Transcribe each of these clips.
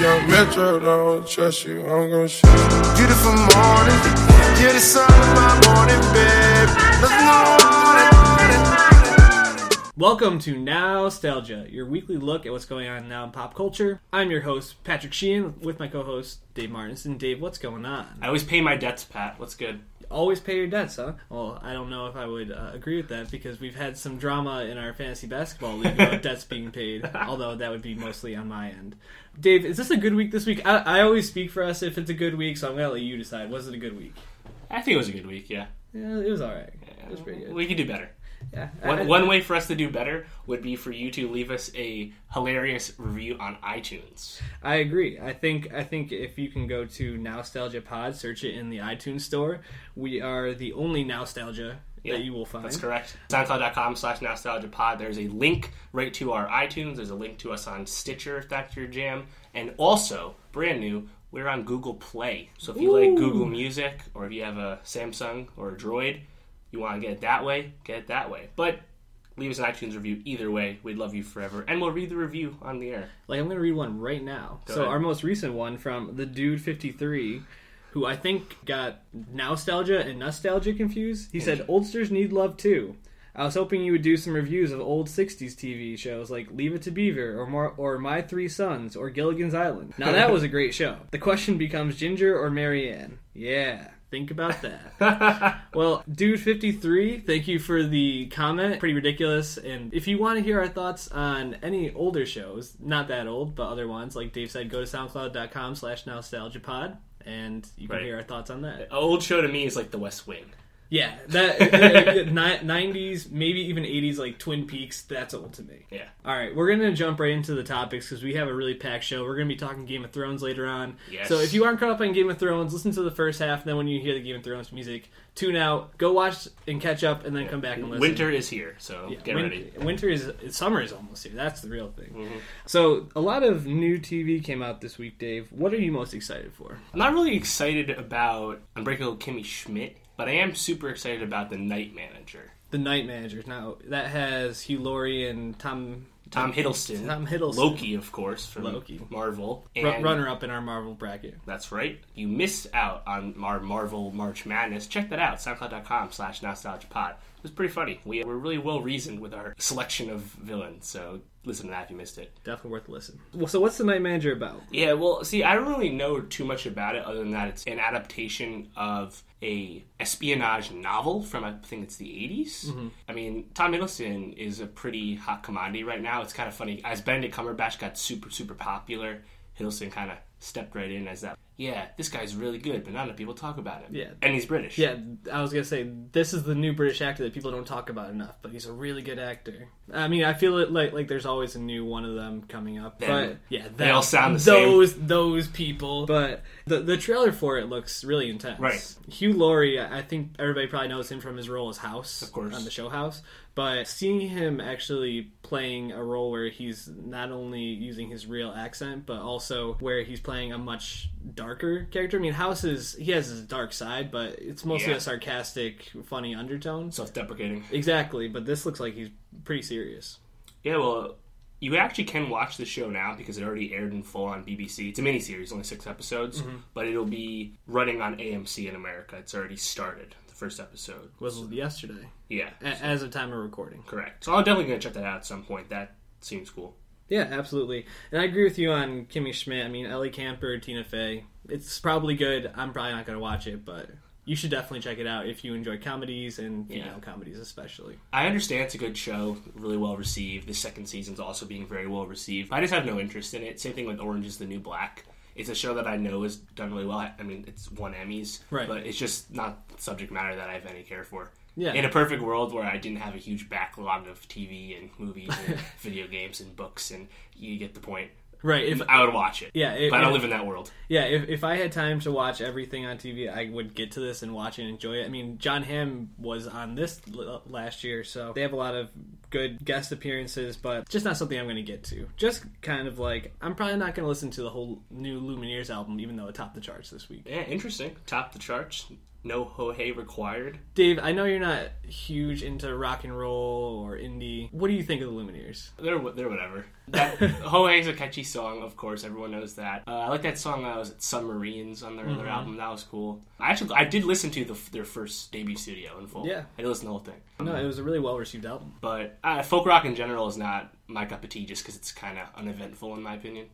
young metro, don't trust you, I'm gon' shoot. Beautiful morning, you're the sun of my morning, babe. Let's Welcome to Nostalgia, your weekly look at what's going on now in pop culture. I'm your host, Patrick Sheehan, with my co host, Dave Martins. And Dave, what's going on? I always pay my debts, Pat. What's good? Always pay your debts, huh? Well, I don't know if I would uh, agree with that because we've had some drama in our fantasy basketball league about debts being paid, although that would be mostly on my end. Dave, is this a good week this week? I, I always speak for us if it's a good week, so I'm going to let you decide. Was it a good week? I think it was a good week. Yeah, Yeah, it was all right. It was pretty good. we could do better. Yeah. I- One, one way for us to do better would be for you to leave us a hilarious review on iTunes. I agree. I think I think if you can go to Nostalgia Pod, search it in the iTunes store. We are the only Nostalgia Yeah, that you will find. That's correct. SoundCloud.com slash nostalgia pod. There's a link right to our iTunes. There's a link to us on Stitcher if that's your jam. And also, brand new, we're on Google Play. So if you like Google Music or if you have a Samsung or a Droid, you want to get it that way, get it that way. But leave us an iTunes review either way. We'd love you forever. And we'll read the review on the air. Like I'm going to read one right now. so ahead. our most recent one from the dude 53 who I think got Nostalgia and Nostalgia confused. He said oldsters need love too. I was hoping you would do some reviews of old 60s TV shows like Leave It to Beaver or more, or My Three Sons or Gilligan's Island. Now that was a great show. The question becomes Ginger or Marianne. Yeah, think about that. Well, dude 53, thank you for the comment. Pretty ridiculous. And if you want to hear our thoughts on any older shows, not that old, but other ones, like Dave said, go to soundcloud.com slash nostalgiapod and you can Right. hear our thoughts on that. An old show to me is like The West Wing. Yeah, that uh, ni- 90s, maybe even 80s, like Twin Peaks, that's old to me. Yeah. All right, we're going to jump right into the topics because we have a really packed show. We're going to be talking Game of Thrones later on. Yes. So if you aren't caught up on Game of Thrones, listen to the first half. Then when you hear the Game of Thrones music, tune out, go watch and catch up, and then come back and listen. Winter is here, so Yeah, get win- ready. Mm-hmm. Winter is summer is almost here. That's the real thing. So a lot of new TV came out this week, Dave. What are you most excited for? I'm not really excited about Unbreakable Kimmy Schmidt, but I am super excited about The Night Manager. The Night Manager. Now that has Hugh Laurie and Tom Tom Hiddleston. Tom Hiddleston. Loki, of course, from Loki. Marvel. And Ru- runner up in our Marvel bracket. That's right. You missed out on our Marvel March Madness. Check that out, soundcloud.com slash nostalgiapod. It was pretty funny. We were really well reasoned with our selection of villains, so listen to that if you missed it. Definitely worth a listen. Well, so what's the Night Manager about? Yeah, well, see, I don't really know too much about it other than that it's an adaptation of a espionage novel from I think it's the 80s. Mm-hmm. I mean, Tom Hiddleston is a pretty hot commodity right now. It's kind of funny as Benedict Cumberbatch got super super popular, Hiddleston kind of stepped right in as that. Yeah, this guy's really good, but not enough people talk about him. Yeah. and he's British. Yeah, I was gonna say this is the new British actor that people don't talk about enough, but he's a really good actor. I mean, I feel it like like there's always a new one of them coming up. But Them. yeah, They all sound the same. those, same. Those people. But the the trailer for it looks really intense. Right. Hugh Laurie, I I think everybody probably knows him from his role as House, of course. on the show House. But seeing him actually playing a role where he's not only using his real accent, but also where he's playing a much darker character. I mean, House is he has his dark side, but it's mostly Yeah. a sarcastic, funny undertone. self-deprecating. Exactly, but this looks like he's pretty serious. Yeah, well, you actually can watch the show now because it already aired in full on BBC. It's a miniseries, only six episodes, but it'll be running on AMC in America. It's already started, the first episode. Was Eh. yesterday, Yeah, a- as of time of recording. correct. So I'm definitely going to check that out at some point. That seems cool. Yeah, absolutely. And I agree with you on Kimmy Schmidt. I mean, Ellie Camper, Tina Fey. It's probably good. I'm probably not going to watch it, but you should definitely check it out if you enjoy comedies and female Yeah. comedies especially. I understand it's a good show, really well received. The second season's also being very well received. I just have no interest in it. Same thing with Orange is the New Black. It's a show that I know is done really well. I I mean, it's won Emmys, Right. but it's just not subject matter that I have any care for. Yeah. In a perfect world where I didn't have a huge backlog of TV and movies and video games and books, and you get the point, Right. If I would watch it. Yeah, it- but I don't it- live in that world. yeah, if, if I had time to watch everything on TV, I would get to this and watch it and enjoy it. I mean, John Hamm was on this l- last year, so they have a lot of good guest appearances, but just not something I'm going to get to. Just kind of like I'm probably not going to listen to the whole new Lumineers album, even though it topped the charts this week. Yeah, interesting. Top the charts. No ho hey required. Dave, I know you're not huge into rock and roll or indie. What do you think of the Lumineers? They're wh- they're whatever. That, ho hey's a catchy song, of course. Everyone knows that. Uh, I like that song. I was at Submarines on their Mm-hmm. other album. That was cool. I actually I did listen to the, f- their first debut studio in full. Yeah. I did listen to the whole thing. No, it was a really well received album. But uh, folk rock in general is not my cup of tea, just because it's kind of uneventful in my opinion.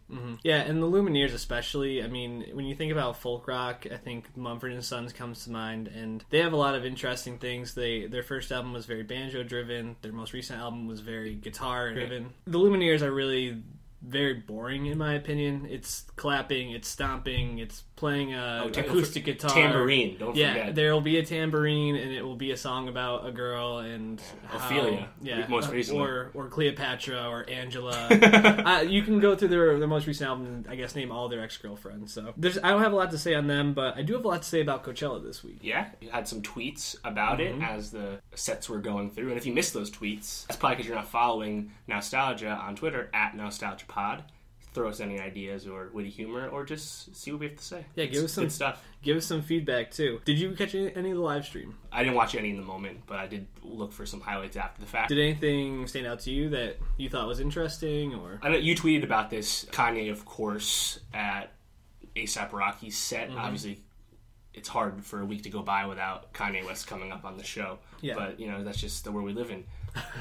Yeah, and the Lumineers especially. I mean, when you think about folk rock, I think Mumford and Sons comes to mind, and they have a lot of interesting things. They their first album was very banjo driven. Their most recent album was very guitar driven. The Lumineers are really very boring in my opinion. It's clapping, it's stomping, it's playing a Oh, tam- acoustic guitar, Tambourine, don't Yeah, forget. there'll be a tambourine, and it will be a song about a girl and how- Ophelia, yeah, uh, most recently. or or Cleopatra or Angela. uh, you can go through their their most recent album. And I guess name all their ex girlfriends. So there's I don't have a lot to say on them, but I do have a lot to say about Coachella this week. Yeah, you had some tweets about Mm-hmm. it as the sets were going through. And if you missed those tweets, that's probably because you're not following Nostalgia on Twitter at NostalgiaPod. Throw us any ideas or witty humor, or just see what we have to say. Yeah, give It's us some- good stuff. Give us some feedback too. Did you catch any, any of the live stream? I didn't watch any in the moment, but I did look for some highlights after the fact. Did anything stand out to you that you thought was interesting or? I know you tweeted about this. Kanye, of course, at ASAP Rocky's set. Mm-hmm. Obviously, it's hard for a week to go by without Kanye West coming up on the show. Yeah. But, you know, that's just the world we live in.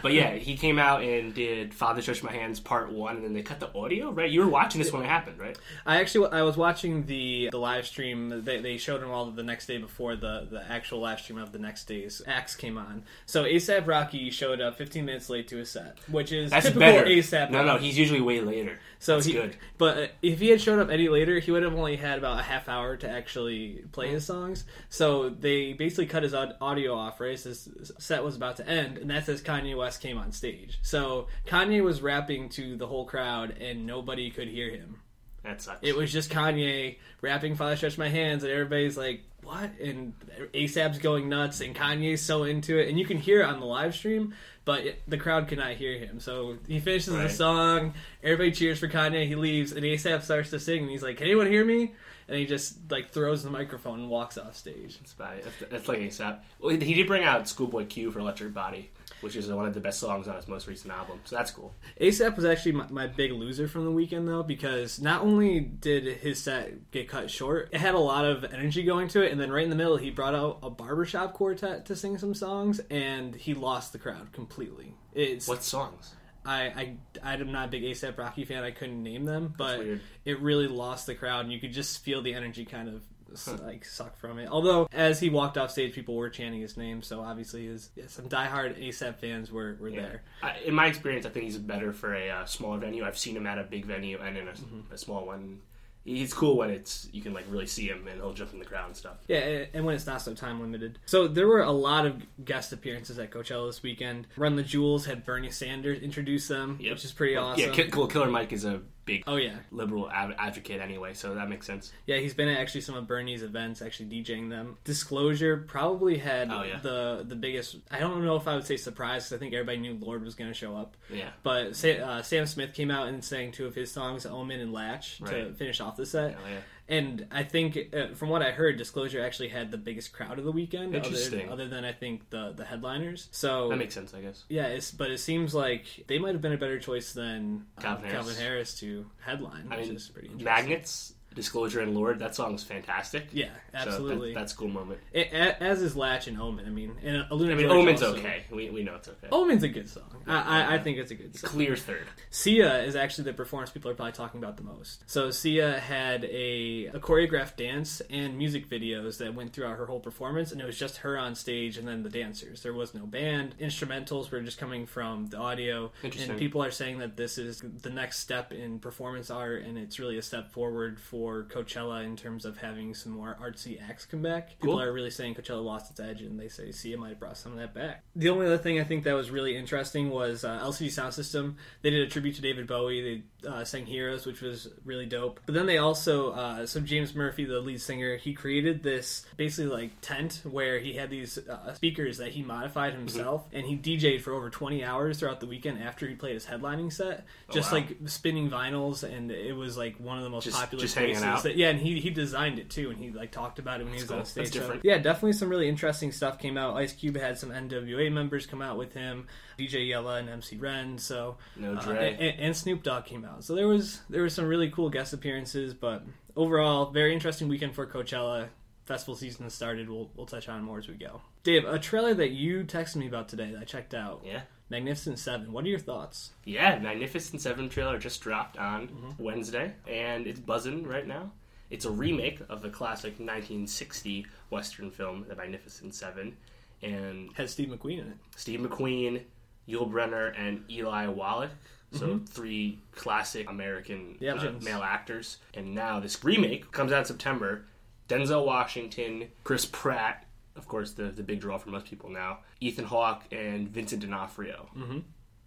But yeah, he came out and did Father Touch My Hands Part 1, and then they cut the audio, right? You were watching this when it happened, right? I actually I was watching the the live stream. They, they showed them all the next day before the the actual live stream of the next day's acts came on. So ASAP Rocky showed up 15 minutes late to his set, which is That's typical better. ASAP. No, no, he's usually way later. So that's he, good. But uh, if he had showed up any later, he would have only had about a half hour to actually play his songs. So they basically cut his aud- audio off right as his set was about to end, and that's as Kanye West came on stage. So Kanye was rapping to the whole crowd, and nobody could hear him That sucks. it was just Kanye rapping "Father Stretch My Hands," and everybody's like, "What?" And ASAP's going nuts, and Kanye's so into it, and you can hear it on the live stream, but it, the crowd cannot hear him. So he finishes the Right. song, everybody cheers for Kanye. He leaves, and ASAP starts to sing, and he's like, "Can anyone hear me?" And he just like throws the microphone and walks off stage. That's about it. That's, that's like ASAP. Well, he did bring out Schoolboy Q for Electric Body, which is one of the best songs on his most recent album, so that's cool. ASAP was actually my, my big loser from the weekend though because not only did his set get cut short, it had a lot of energy going to it, and then right in the middle he brought out a barbershop quartet to sing some songs, and he lost the crowd completely. It's What songs? I I I'm not a big ASAP Rocky fan. I couldn't name them, but weird. it really lost the crowd, and you could just feel the energy kind of. s- Like suck from it. Although as he walked off stage, people were chanting his name, so obviously his some diehard ASAP fans were were there. I, in my experience, I think he's better for a uh, smaller venue. I've seen him at a big venue and in a, Mm-hmm. a small one. He's cool when it's you can like really see him and he'll jump in the crowd and stuff. Yeah, a- and when it's not so time limited. So there were a lot of guest appearances at Coachella this weekend. Run the Jewels had Bernie Sanders introduce them, Yep. which is pretty awesome. Yeah, Ki- Kill- Killer Mike is a big oh yeah, liberal av- advocate anyway, so that makes sense. yeah. He's been at actually some of Bernie's events, actually DJing them. Disclosure probably had Oh, yeah. the the biggest. I don't know if I would say surprise 'cause I think everybody knew Lord was going to show up. Yeah. But Sa- uh, Sam Smith came out and sang two of his songs, "Omen" and "Latch," to Right. finish off the set. Hell, yeah. And I think, uh, from what I heard, Disclosure actually had the biggest crowd of the weekend. other- Interesting. Other, than I think the the headliners. So That makes sense, I guess. yeah, it's, but it seems like they might have been a better choice than uh, Calvin Harris. Calvin Harris to headline, I which mean, is pretty interesting. Magnets, Disclosure, and Lord. That song's fantastic. Yeah, So that- absolutely. that's a cool moment. A- a- as is Latch and Omen. I mean, and Aluna I mean, George Omen's also- okay. We, we know it's okay. Omen's a good song. I, I, I think it's a good song. Clear third. Sia is actually the performance people are probably talking about the most. So Sia had a, a choreographed dance and music videos that went throughout her whole performance, and it was just her on stage and then the dancers. There was no band. Instrumentals were just coming from the audio, Interesting. and people are saying that this is the next step in performance art, and it's really a step forward for Coachella in terms of having some more artsy acts come back. People Cool. are really saying Coachella lost its edge, and they say Sia might have brought some of that back. The only other thing I think that was really interesting was uh, LCD Sound System. They did a tribute to David Bowie. They uh, sang Heroes, which was really dope. But then they also, uh, so James Murphy, the lead singer, he created this basically like tent where he had these uh, speakers that he modified Mm-hmm. himself, and he DJ'd for over 20 hours throughout the weekend after he played his headlining set, just Oh, wow. like spinning vinyls, and it was like one of the most Just, popular just things hanging out. that- yeah, and he he designed it too, and he like talked about it when he was cool. on stage. That's so- different. Yeah, definitely some really interesting stuff came out. Ice Cube had some NWA members come out with him, DJ Yella and MC Ren. So No uh, Dre. and, and Snoop Dogg came out. So there was there was some really cool guest appearances, but overall, very interesting weekend for Coachella. Festival season has started. We'll we'll touch on it more as we go. Dave, a trailer that you texted me about today that I checked out. Yeah. Magnificent Seven. What are your thoughts? Yeah, Magnificent Seven trailer just dropped on Wednesday, and it's buzzing right now. It's a remake of the classic 1960 Western film, The Magnificent Seven, and Had Steve McQueen in it. Steve McQueen, Yul Brenner, and Eli Wallach. So three classic American Yeah, uh, Jones. male actors. And now this remake comes out in September. Denzel Washington, Chris Pratt, of course, the, the big draw for most people now, Ethan Hawke, and Vincent D'Onofrio. Mm-hmm.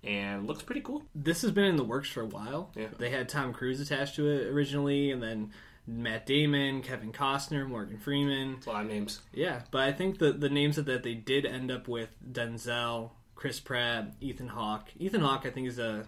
And looks pretty cool. this has been in the works for a while. Yeah. They had Tom Cruise attached to it originally, and then Matt Damon, Kevin Costner, Morgan Freeman. It's a lot of names. Yeah, but I think the the names that, that they did end up with Denzel, Chris Pratt, Ethan Hawke. Ethan Hawke, I think, is a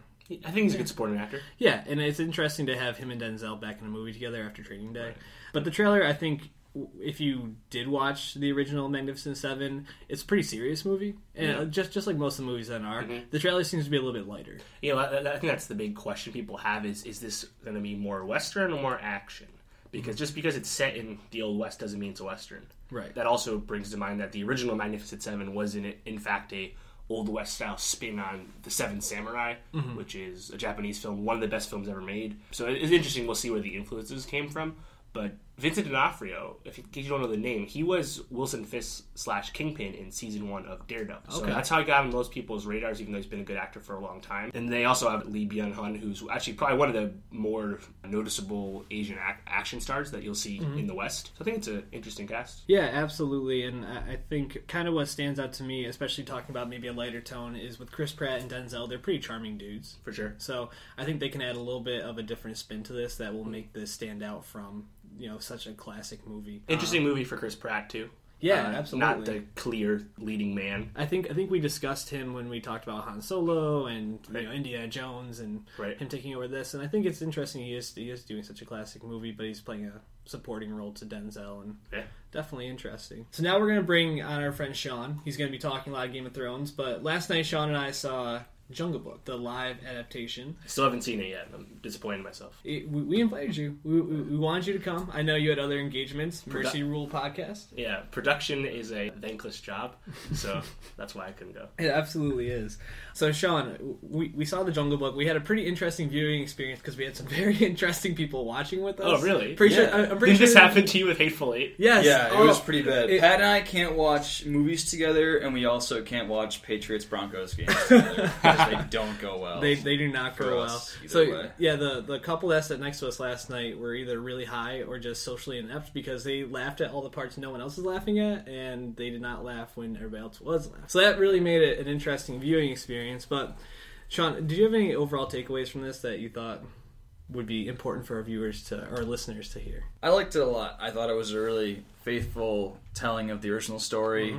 I think he's a good supporting actor. yeah, and it's interesting to have him and Denzel back in a movie together after Training Day. But the trailer, I think, w- if you did watch the original Magnificent Seven, it's a pretty serious movie, and Yeah. Mm-hmm. just just like most of the movies that are, the trailer seems to be a little bit lighter. You know, I, I think that's the big question people have is is this going to be more Western or more action? Because just because it's set in the Old West doesn't mean it's a Western. Right. That also brings to mind that the original Magnificent Seven was in in fact a Old West style spin on the Seven Samurai, which is a Japanese film, one of the best films ever made. So it- it's interesting. We'll see where the influences came from. But Vincent D'Onofrio, if you, in case you don't know the name, he was Wilson Fisk slash Kingpin in season one of Daredevil. So Okay. that's how he got on most people's radars, even though he's been a good actor for a long time. And they also have Lee Byung Hun, who's actually probably one of the more noticeable Asian ac- action stars that you'll see in the West. So I think it's an interesting cast. Yeah, absolutely. And I I think kind of what stands out to me, especially talking about maybe a lighter tone, is with Chris Pratt and Denzel, they're pretty charming dudes. For sure. So I think they can add a little bit of a different spin to this that will make this stand out from, you know, such a classic movie. Interesting movie for Chris Pratt too. Yeah, uh, Not absolutely. the clear leading man. I think I think we discussed him when we talked about Han Solo and you know, Indiana Jones and Right. him taking over this. And I think it's interesting he is he is doing such a classic movie, but he's playing a supporting role to Denzel and Yeah. Definitely interesting. So now we're going to bring on our friend Sean. He's going to be talking a lot of Game of Thrones, but last night Sean and I saw Jungle Book, the live adaptation. Still haven't seen it yet. I'm disappointed in myself. It- we, we invited you. We, we, we wanted you to come. I know you had other engagements. Mercy Rule podcast. Yeah, production is a thankless job, so that's why I couldn't go. It absolutely is. So, Sean, we, we saw the Jungle Book. We had a pretty interesting viewing experience because we had some very interesting people watching with us. Oh, really? Pretty Yeah. sure. I- I'm pretty Did sure this happen to you with Hateful Eight? Yes. Yeah, it Oh. was pretty bad. It- Pat and I can't watch movies together, and we also can't watch Patriots Broncos games together because they don't go well. They, they do not For go well. us, either So way. yeah, the the couple that sat next to us last night were either really high or just socially inept because they laughed at all the parts no one else was laughing at, and they did not laugh when everybody else was laughing. So that really made it an interesting viewing experience. But Sean, did you have any overall takeaways from this that you thought would be important for our viewers to or listeners to hear? I liked it a lot. I thought it was a really faithful telling of the original story.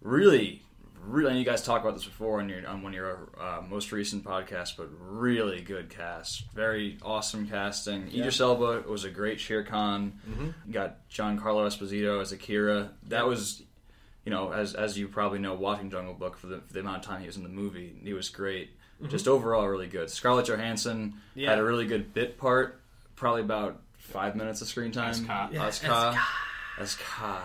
Really, really. I know you guys talk about this before on your on one of your uh, most recent podcasts, but really good cast. Very awesome casting. Idris Elba was a great Shere Khan. You Got John Carlo Esposito as Akira. That was. You know, as as you probably know, watching Jungle Book for the, for the amount of time he was in the movie, he was great. Just overall, really good. Scarlett Johansson Yeah. had a really good bit part, probably about five minutes of screen time. Ska. Yeah, Ska. Ska.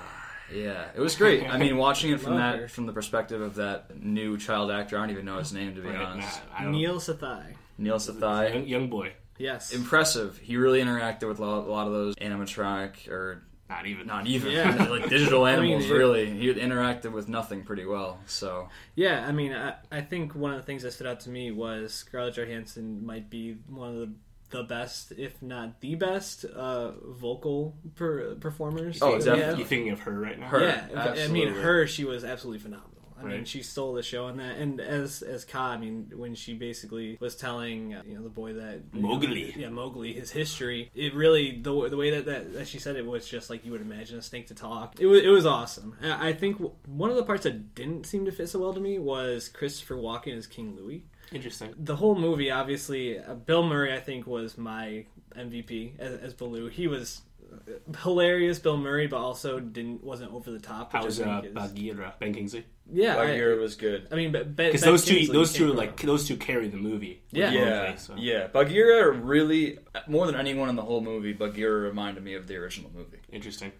Yeah, it was great. I mean, watching it from Love that her. from the perspective of that new child actor, I don't even know his name to be Right, nah, honest. I don't know. Neil Sathai. Neil Sathai. Young, young boy, Yes. Impressive. He really interacted with a lot, a lot of those animatronic or not even. not even Yeah. like digital animals. it- really, he interacted with nothing pretty well. So Yeah, I mean, I, I think one of the things that stood out to me was Scarlett Johansson might be one of the the best, if not the best, uh, vocal per, performers. that Oh, we definitely. have. You thinking of her right now? Her. Yeah, I mean, Absolutely. her she was absolutely phenomenal. I mean, Right. she stole the show on that. And as as Ka, I mean, when she basically was telling uh, you know the boy that Mowgli. yeah, Mowgli, his history, it really the the way that, that that she said it was just like you would imagine a snake to talk. It was it was awesome. I I think w- one of the parts that didn't seem to fit so well to me was Christopher Walken as King Louis. Interesting. the whole movie, obviously, uh, Bill Murray, I think, was my MVP as, as Baloo. He was uh, hilarious, Bill Murray, but also didn't wasn't over the top. Which How was I uh, think is- Bagheera Ben Kingsley? yeah, I- Bagheera was good. I, mean, because Because those two, those two are like those two carry the movie. Yeah. Yeah, so. yeah. Bagheera really more than anyone in the whole movie. Bagheera reminded me of the original movie Interesting.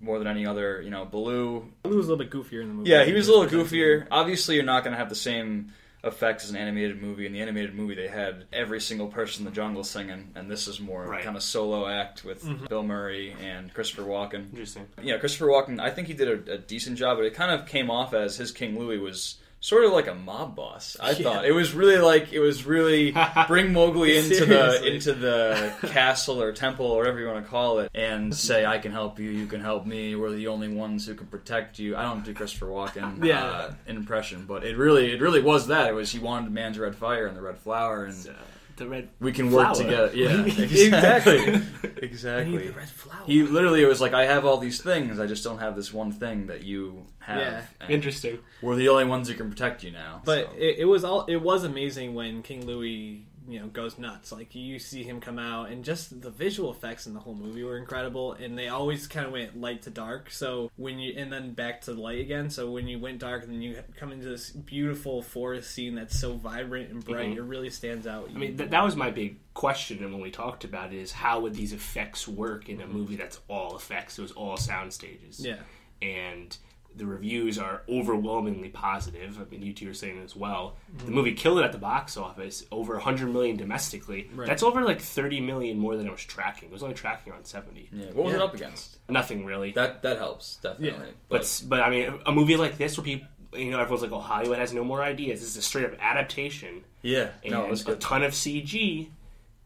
more than any other. You know, Baloo Baloo was a little bit goofier in the movie. Yeah, he was a little goofier. Obviously, you're not going to have the same effect as an animated movie. In the animated movie, they had every single person in the jungle singing, and this is more Right. kind of solo act with Bill Murray and Christopher Walken. Interesting. Yeah, Christopher Walken, I think he did a, a decent job, but it kind of came off as his King Louis was sort of like a mob boss. I thought it was really like it was really bring Mowgli into the Seriously. into the castle or temple or whatever you want to call it, and say I can help you, you can help me. We're the only ones who can protect you. I don't do Christopher Walken Yeah. uh, impression, but it really it really was that. It was he wanted to manage red fire and the red flower, and Uh, the red. we can work Flower. together. Yeah, Exactly. exactly, I need exactly. the red flower. He literally was like, I have all these things, I just don't have this one thing that you have. Yeah. and Interesting. We're the only ones who can protect you now. But so. it, it was all it was amazing when King Louis you know goes nuts. Like you see him come out, and just the visual effects in the whole movie were incredible. And they always kind of went light to dark. So when you and then back to light again. So when you went dark, then you come into this beautiful forest scene that's so vibrant and bright. Mhm. It really stands out. I mean, th- that was my big question, and when we talked about it, is how would these effects work in a movie that's all effects? It was all sound stages. yeah. and the reviews are overwhelmingly positive. I mean, you two are saying it as well. The movie killed it at the box office, over 100 million domestically. Right. That's over like 30 million more than it was tracking. It was only tracking around 70. Yeah, what was Yeah. it up against? Nothing really. That that helps definitely. Yeah. but s- but I mean, a movie like this where people, you know, everyone's like, "Oh, Hollywood has no more ideas." This is a straight up adaptation yeah, and no, it was a good. ton of CG,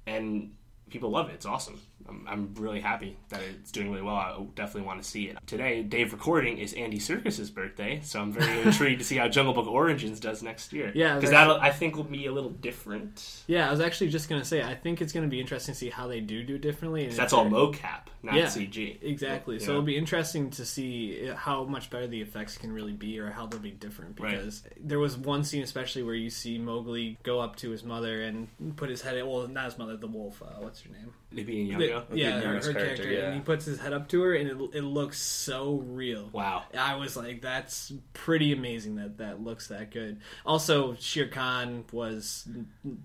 and people love it. It's awesome. I'm, I'm really happy that it's doing really well. I definitely want to see it. Today, day of recording is Andy Circus's birthday, so I'm very intrigued to see how Jungle Book Origins does next year. Yeah, because very- that I think will be a little different. Yeah, I was actually just gonna say. I think it's gonna be interesting to see how they do do it differently. And if That's all they're- mocap, not Yeah. CG. Exactly. Yeah. So it'll be interesting to see how much better the effects can really be or how they'll be different Right. because there was one scene especially where you see Mowgli go up to his mother and put his head well not his mother the wolf uh, what's her name Maybe in The- Yoga. yeah her, Younger's her character, character, yeah. and he puts his head up to her and it, it looks so real Wow. I was like that's pretty amazing that that looks that good also Shere Khan was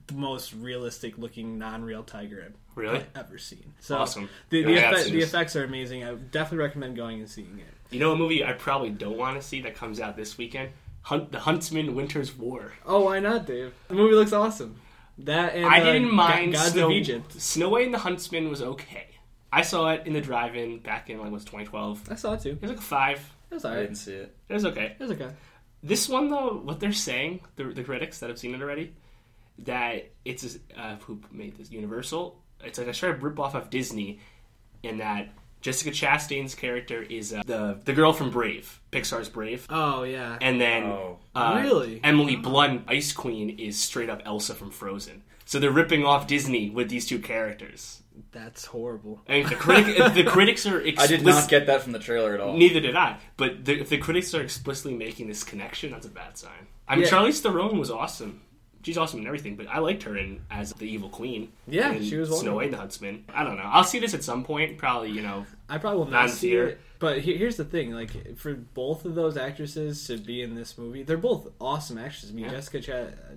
the most realistic looking non-real tiger I've Really? ever seen so Awesome. the, the, Yeah, effect- that's the just- effects are amazing I would definitely recommend going and seeing it You know a movie I probably don't want to see that comes out this weekend? Hunt, the Huntsman Winter's War. Oh, why not, Dave? The movie looks awesome. That and I uh, didn't Go- mind Gods Snow of Egypt. Snow White and the Huntsman was okay. I saw it in the drive-in back in like was 2012. It I saw it too. It was like a five. was I alright. didn't It see it. It was okay. was okay. This one though, what they're saying, the, the critics that have seen it already, that it's uh, who made this Universal. It's like a straight rip off of Disney, in that Jessica Chastain's character is uh, the the girl from Brave, Pixar's Brave, Oh yeah. and then Oh. uh, Really? Emily Blunt, Ice Queen, is straight up Elsa from Frozen. So they're ripping off Disney with these two characters. That's horrible. And the critic, the critics are. Explicit, I did not get that from the trailer at all. Neither did I. But the, if the critics are explicitly making this connection, that's a bad sign. I mean, Yeah. Charlize Theron was awesome. She's awesome in everything, but I liked her in as the evil queen. Yeah, in she was Snow wonderful. White and the Huntsman. I don't know. I'll see this at some point. Probably, you know. I probably will Not not in see theater. it. But he- here's the thing: like for both of those actresses to be in this movie, they're both awesome actresses. I mean, Yeah. Jessica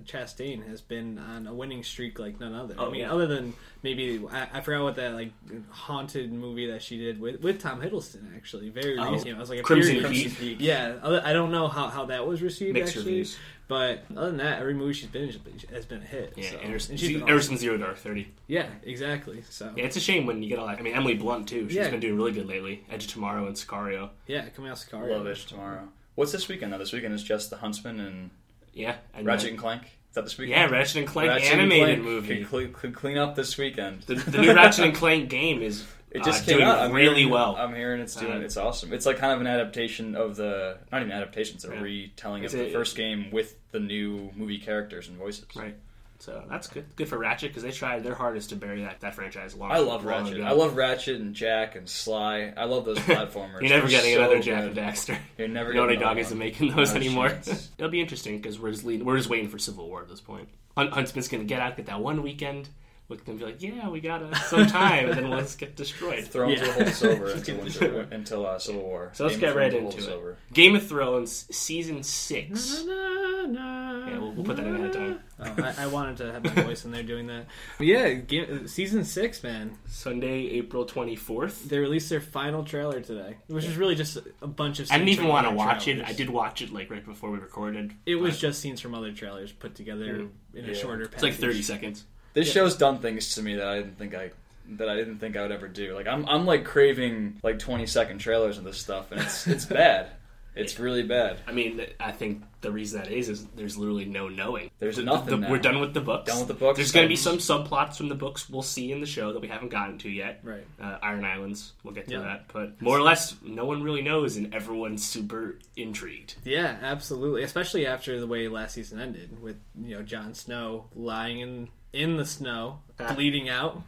Ch- Chastain has been on a winning streak like none other. I Oh, mean, yeah. other than maybe I, I forgot what that like haunted movie that she did with with Tom Hiddleston actually very Oh. recent. It was like a Crimson period- Peak. Yeah, other- I don't know how, how that was received Mixed actually, reviews. but other than that, every movie she's been in has been a hit. Yeah, so. Anderson, And she's been awesome. Anderson Zero Dark Thirty. yeah, exactly. So Yeah, yeah, it's a shame when you get all that. I mean, Emily Blunt too. She's Yeah. been doing really good lately. Edge of Tomorrow and Sicario. coming out Sicario. Love it tomorrow. What's this weekend? Now this weekend is just The Huntsman and Yeah, and Ratchet then- and Clank. Is that this weekend? yeah, Ratchet and Clank Ratchet and animated Clank movie. Could, cle- could clean up this weekend. The, the new Ratchet and Clank game is it just uh, came doing out. uh, I'm really hearing- well. I'm hearing it's doing. Um, it's awesome. It's like kind of an adaptation of the not even adaptation. It's a Yeah. retelling It's of a- the first game with the new movie characters and voices. right. So that's good. Good for Ratchet because they tried their hardest to bury that, that franchise long. I love long Ratchet. ago. I love Ratchet and Jack and Sly. I love those platformers. You're never They're getting so another Jack and good. Daxter. You're never Naughty getting another Dog isn't one. Oh, making those Not a anymore. chance. It'll be interesting because we're just leading, we're just waiting for Civil War at this point. Hun- Huntsman's gonna get out, get that one weekend. We're gonna be like, yeah, we got it sometime, and then we'll just get destroyed. Thrones Yeah. will hold us over until, winter, until uh, Civil War. So let's Game get of right Thrones will hold into us it. over. Game of Thrones season Mm-hmm. six. Na, na, Yeah, we'll, we'll put that in ahead of time. Oh, I, I wanted to have my voice in there doing that. Yeah, game, season six, man. Sunday, April twenty fourth. They released their final trailer today, which is really just a bunch of. I didn't scenes even from want to other watch it. trailers. I did watch it like right before we recorded. It was but just scenes from other trailers put together in a Yeah. shorter. it's like package. thirty seconds. This show's done things to me that I didn't think I that I didn't think I would ever do. Like I'm I'm like craving like 20 second trailers of this stuff, and it's it's bad. It's really bad. I mean, th- I think the reason that is is there's literally no knowing. There's The- nothing the- now. We're done with the books. Done with the books. There's going to be some subplots from the books we'll see in the show that we haven't gotten to yet. Right. Uh, Iron Islands. We'll get to Yeah. that. But more or less, no one really knows, and everyone's super intrigued. Yeah, absolutely. Especially after the way last season ended with you know Jon Snow lying in in the snow, Ah. bleeding out.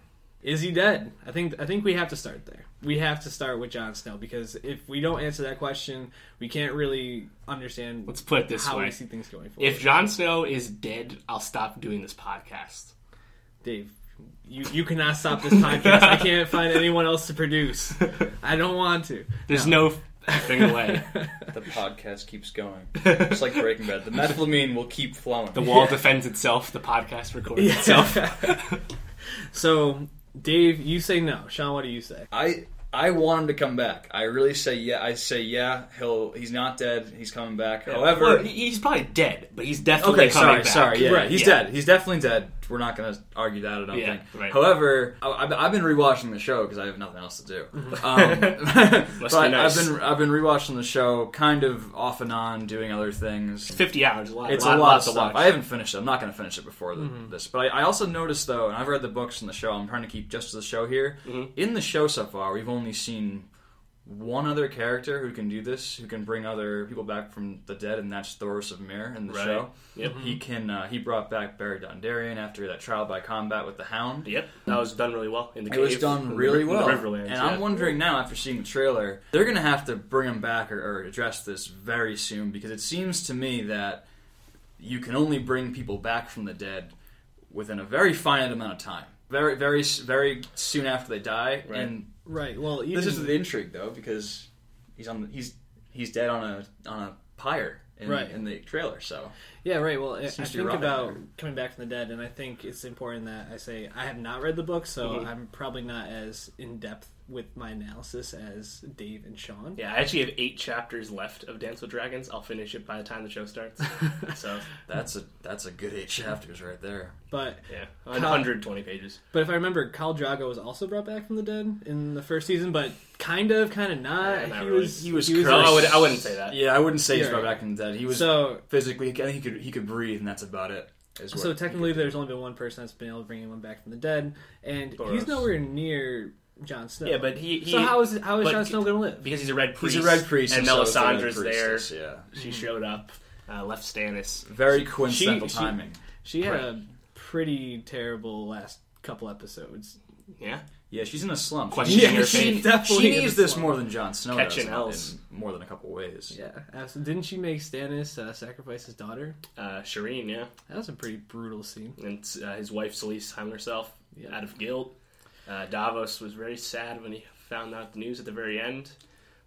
Is he dead? I think I think we have to start there. We have to start with Jon Snow because if we don't answer that question, we can't really understand Let's put it this how way: we see things going forward. If Jon Snow is dead, I'll stop doing this podcast. Dave, you you cannot stop this podcast. I can't find anyone else to produce. I don't want to. There's no, effing way. The podcast keeps going. It's like Breaking Bad. The methamphetamine will keep flowing. The wall defends itself. The podcast records itself. So, Dave, you say no. Sean, what do you say? I I want him to come back. I really say yeah. I say yeah. He'll he's not dead. He's coming back. However, Well, he's probably dead, but he's definitely Okay, coming sorry, back. sorry. Yeah, Right, he's yeah. dead. He's definitely dead. We're not going to argue that. I don't Yeah, think. right. However, I, I've- I've been rewatching the show because I have nothing else to do. Um, Mm-hmm. Must but be nice. I've been I've been rewatching the show, kind of off and on, doing other things. 50 hours, a lot. It's lot, a lot, lot of to stuff. watch. I haven't finished it. I'm not going to finish it before the, this. But I, I also noticed, though, and I've read the books and the show. I'm trying to keep just to the show here. Mm-hmm. In the show so far, we've only seen one other character who can do this, who can bring other people back from the dead, and that's Thoros of Mir in the Right. show. Yep. He can. Uh, he brought back Barry Dondarrion after that trial by combat with the Hound. Yep, that was done really well in the It was cave, in done the- really in well. The Riverlands, and yeah. I'm wondering now, after seeing the trailer, they're going to have to bring him back or, or address this very soon because it seems to me that you can only bring people back from the dead within a very finite amount of time. Very, very, s- very soon after they die. Right. And Right. Well, even, this is the intrigue, though, because he's on the, he's he's dead on a on a pyre in, Right. in the trailer. So Yeah, right. Well, I I Seems to be think rough out about coming back from the dead, and I think it's important that I say I have not read the book, so Mm-hmm. Mhm. I'm probably not as in depth with my analysis as Dave and Sean. Yeah, I actually have eight chapters left of Dance with Dragons. I'll finish it by the time the show starts. so, that's a that's a good eight chapters right there. But yeah, 120 pages. but if I remember, Khal Drago was also brought back from the dead in the first season, but kind of, kind of not. Yeah, not he, really. was, He was No, I, cursed. would, I wouldn't say that. Yeah, I wouldn't say he's Yeah. brought back from the dead. He was so physically. I think he could he could breathe, and that's about it. is what so he technically, could do. there's only been one person that's been able to bring anyone back from the dead, and he's Thoros. nowhere near Jon Snow. Yeah, but he- so he- how is how is but- Jon Snow going to live? Because he's a red priest. he's a red priest, And so it's the red Melisandre's there. priestess, Yeah, She showed up, uh, left Stannis. very coincidental she- timing. She had Right. a pretty terrible last couple episodes. Yeah? yeah, she's in a slump. Questioning Yeah, her she, fate. definitely she in a needs this slump. more than Jon Snow Catching does in- L's. in more than a couple ways. Yeah, absolutely. Didn't she make Stannis uh, sacrifice his daughter? Uh, Shireen, yeah. That was a pretty brutal scene. And uh, his wife, Selyse, hung herself Yeah. out of guilt. Uh, Davos was very sad when he found out the news at the very end.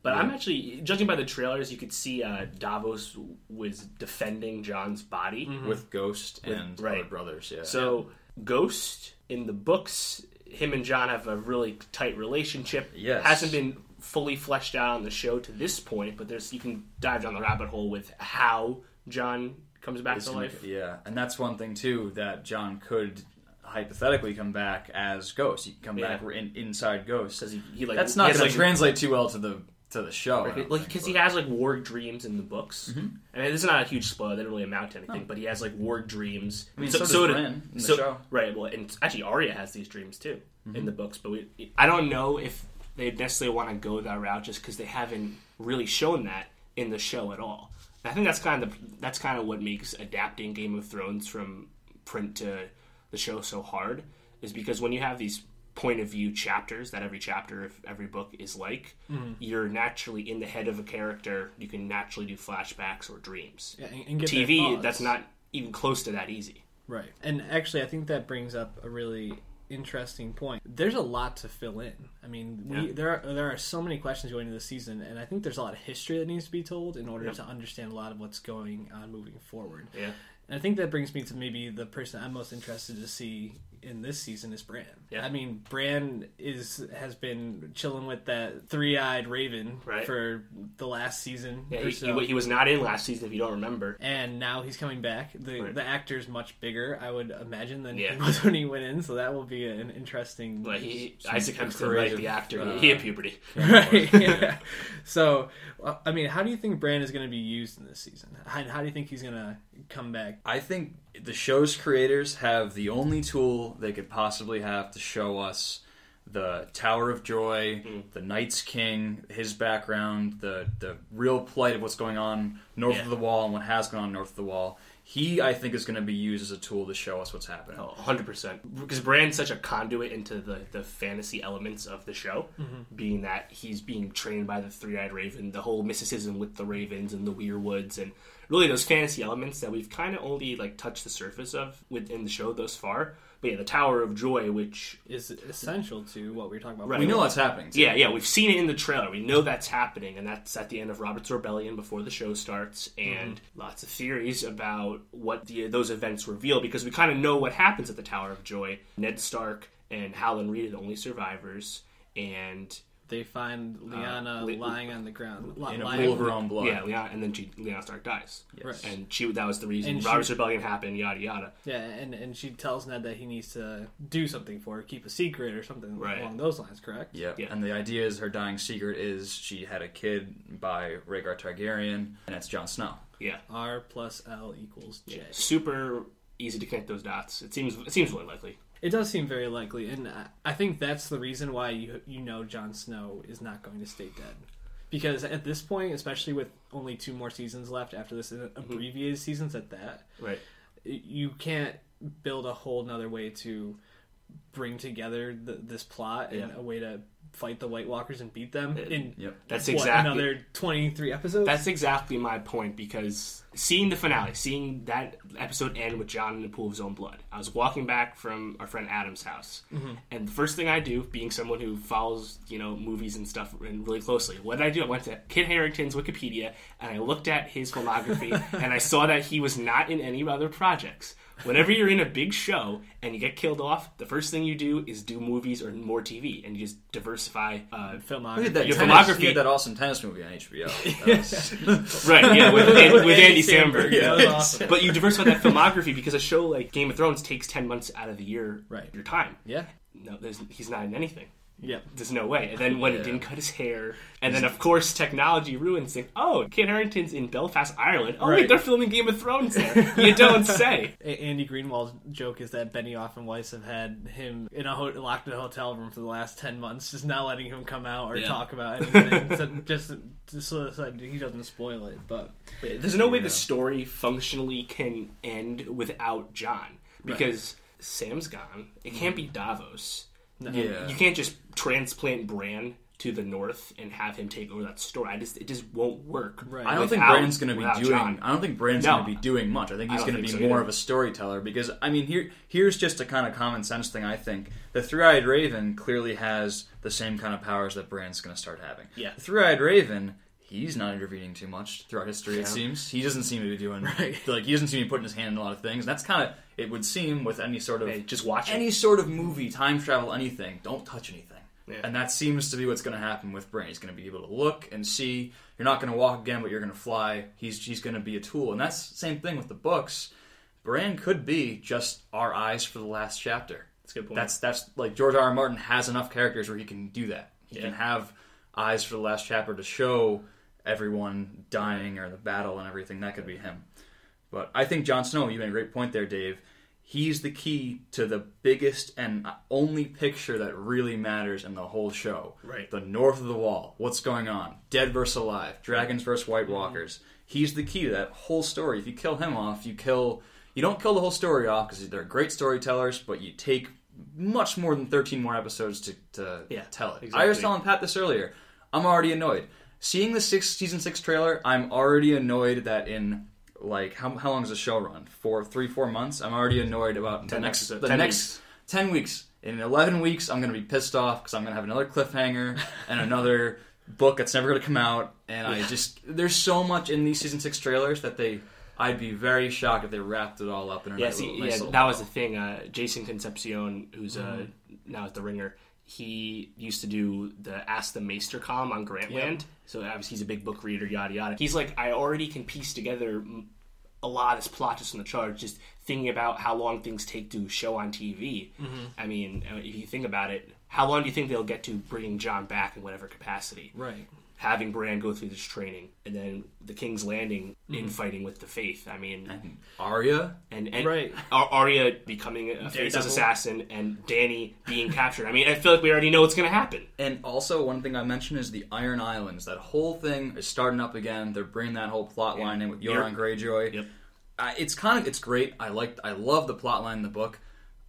But I'm actually, judging by the trailers, you could see uh, Davos was defending John's body. With Ghost and right. other brothers. Mm-hmm. Yeah, So Ghost in the books, him and John have a really tight relationship. Yes. hasn't been fully fleshed out on the show to this point, but there's you can dive down the rabbit hole with how John comes back It's to gonna- life. Yeah, and that's one thing too that John could hypothetically come back as Ghost. He could come Yeah. back in, inside Ghost. 'Cause he- he, like- that's he not has, going to like- translate too well to the to the show. I don't Like, think, because but- he has like war dreams in the books. Mm-hmm. I mean, this is not a huge spoiler; they don't really amount to anything. But he has like war dreams. I mean, so does Bran in the show. right? Well, and actually, Arya has these dreams too Mm-hmm. in the books. But we, I don't know if they necessarily want to go that route, just because they haven't really shown that in the show at all. And I think that's kind of the, that's kind of what makes adapting Game of Thrones from print to the show so hard is because when you have these point of view chapters that every chapter of every book is like, Mm-hmm. you're naturally in the head of a character. You can naturally do flashbacks or dreams. Yeah, and, and get their TV, thoughts. that's not even close to that easy. Right. And actually, I think that brings up a really interesting point. There's a lot to fill in. I mean, we, Yeah. there are, there are so many questions going into the season, and I think there's a lot of history that needs to be told in order to understand a lot of what's going on moving forward. Yeah. And I think that brings me to maybe the person I'm most interested to see in this season is Bran. Yeah. I mean, Bran is has been chilling with that three-eyed raven Right. for the last season. Yeah, or he, so he, he was not in last season, if you don't remember. and now he's coming back. The Right. the actor's much bigger, I would imagine, than Yeah. he was when he went in. So that will be an interesting. But he, Isaac Hempstead, right, creative, the actor, uh, he hit puberty. right. yeah. So, uh, I mean, how do you think Bran is going to be used in this season? How, how do you think he's going to come back? I think the show's creators have the only tool they could possibly have to show us the Tower of Joy, Hmm. the Knights King, his background, the the real plight of what's going on north Yeah. of the wall and what has gone on north of the wall. He, I think, is going to be used as a tool to show us what's happening. Oh, 100%. Because Brand's such a conduit into the, the fantasy elements of the show, being that he's being trained by the Three Eyed Raven, the whole mysticism with the Ravens and the Weirwoods, and really those fantasy elements that we've kind of only like touched the surface of within the show thus far. But yeah, the Tower of Joy, which Is essential to what we were talking about. Right. We know that's happening. too. Yeah, yeah, we've seen it in the trailer. We know that's happening, and that's at the end of Robert's Rebellion before the show starts, and lots of theories about what the, those events reveal because we kind of know what happens at the Tower of Joy. Ned Stark and Howland Reed are the only survivors, and They find Lyanna Uh, Li- lying on the ground, li- in a lying- pool of her own blood. yeah, Leon, and then she, Leon Stark dies, Yes. Right. and she that was the reason And she- Robert's Rebellion happened, yada yada. Yeah, and, and she tells Ned that he needs to do something for her, keep a secret or something Right. along those lines. Correct. Yeah. Yeah. and the idea is her dying secret is she had a kid by Rhaegar Targaryen, and that's Jon Snow. Yeah, R plus L equals J. super easy to connect those dots. It seems it seems really likely. It does seem very likely, and I- I think that's the reason why you you know Jon Snow is not going to stay dead, because at this point, especially with only two more seasons left after this and Mm-hmm. abbreviated seasons at that, Right. you can't build a whole nother way to bring together the, this plot and Yeah. a way to fight the White Walkers and beat them in Yep. That's what, exactly another twenty three episodes. That's exactly my point because seeing the finale, seeing that episode end with John in the pool of his own blood, I was walking back from our friend Adam's house, and the first thing I do, being someone who follows you know movies and stuff and really closely, what did I do? I went to Kit Harrington's Wikipedia and I looked at his filmography, and I saw that he was not in any other projects. Whenever you're in a big show and you get killed off, the first thing you do is do movies or more TV, and you just diversify. Uh, Look filmography. at that Your tennis- filmography- he had that awesome tennis movie on HBO. That was- right? Yeah, with, with, Andy Samberg. That was awesome. but you diversify that filmography because a show like Game of Thrones takes ten months out of the year, Right. Your time. Yeah. No, there's, he's not in anything. Yep. There's no way. And then when he didn't cut his hair, and then of course technology ruins things. Oh, Kit Harington's in Belfast, Ireland. Oh Right. wait, they're filming Game of Thrones there. you don't say. A- Andy Greenwald's joke is that Benioff and Weiss have had him in a ho- locked in a hotel room for the last ten months, just not letting him come out or talk about anything, so just just so that he doesn't spoil it. But There's no way the story functionally can end without John because Sam's gone. It can't be Davos. Yeah. You can't just transplant Bran to the north and have him take over that story. I just it just won't work. Right. I don't think without- Brand's going to without be doing. Jon. I don't think Brand's No. going to be doing much. I think he's don't going to think be so more either. of a storyteller because I mean, here here's just a kind of common sense thing. I think the three-eyed raven clearly has the same kind of powers that Brand's going to start having. Yeah. the three-eyed raven. He's not intervening too much throughout history. It seems he doesn't seem to be doing like he doesn't seem to be putting his hand in a lot of things. That's kind of it would seem with any sort of Hey, just watch it. any sort of movie, time travel, anything. Don't touch anything. Yeah. And that seems to be what's going to happen with Brain. He's going to be able to look and see. You're not going to walk again, but you're going to fly. He's he's going to be a tool, and that's the same thing with the books. Bran could be just our eyes for the last chapter. That's a good point. That's that's like George R. R. Martin has enough characters where he can do that. He Yeah. can have eyes for the last chapter to show everyone dying or the battle and everything. That could be him. But I think Jon Snow, you made a great point there, Dave. He's the key to the biggest and only picture that really matters in the whole show. Right. The north of the wall. What's going on? Dead versus Mm-hmm. alive. Dragons versus White Walkers. He's the key to that whole story. If you kill him off, you kill You don't kill the whole story off because they're great storytellers, but you take much more than 13 more episodes to, to Yeah, tell it. I was exactly. telling Pat this earlier. I'm already annoyed. Seeing the six season six trailer, I'm already annoyed that in like how, how long does the show run? Four, three, four months. I'm already annoyed about the Ten next episodes- the ten next ten weeks. In 11 weeks, I'm gonna be pissed off because I'm gonna have another cliffhanger and another book that's never gonna come out. And I just there's so much in these season six trailers that they. I'd be very shocked if they wrapped it all up in a Yeah, nice see, little, nice yeah, little that was the thing. Uh, Jason Concepcion, who's uh, now at the Ringer, he used to do the Ask the Maester column on Grantland. So obviously he's a big book reader, yada yada. He's like, I already can piece together mm, a lot of this plot just on the chart, just thinking about how long things take to show on TV. I mean, uh, if you think about it, how long do you think they'll get to bringing John back in whatever capacity? Right. Having Bran go through this training, and then the King's Landing infighting with the Faith. I mean, Arya. and, and Right. Ar- Arya becoming a faceless Daredevil. assassin and Danny being captured. I mean, I feel like we already know what's going to happen. And also, one thing I mentioned is the Iron Islands. That whole thing is starting up again. They're bringing that whole plot line in with Euron Yep. Greyjoy. Yep. Uh, it's kind of it's great. I like I love the plot line in the book,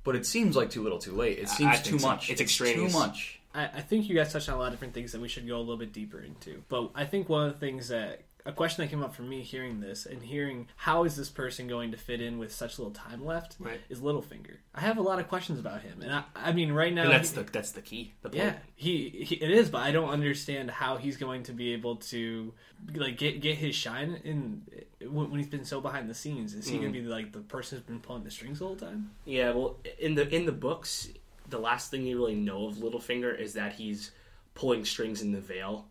but it seems like too little, too late. It seems think too so. much. It's extraneous. Too much. I, I think you guys touched on a lot of different things that we should go a little bit deeper into. But I think one of the things that a question that came up for me hearing this and hearing how is this person going to fit in with such little time left Right. is Littlefinger. I have a lot of questions about him, and I, I mean, right now And that's he- the that's the key. The point. yeah, he, he it is, but I don't understand how he's going to be able to like get get his shine in when, when he's been so behind the scenes. Is he going to be like the person who's been pulling the strings the whole time? Yeah, well, in the in the books, the last thing you really know of Littlefinger is that he's pulling strings in the veil,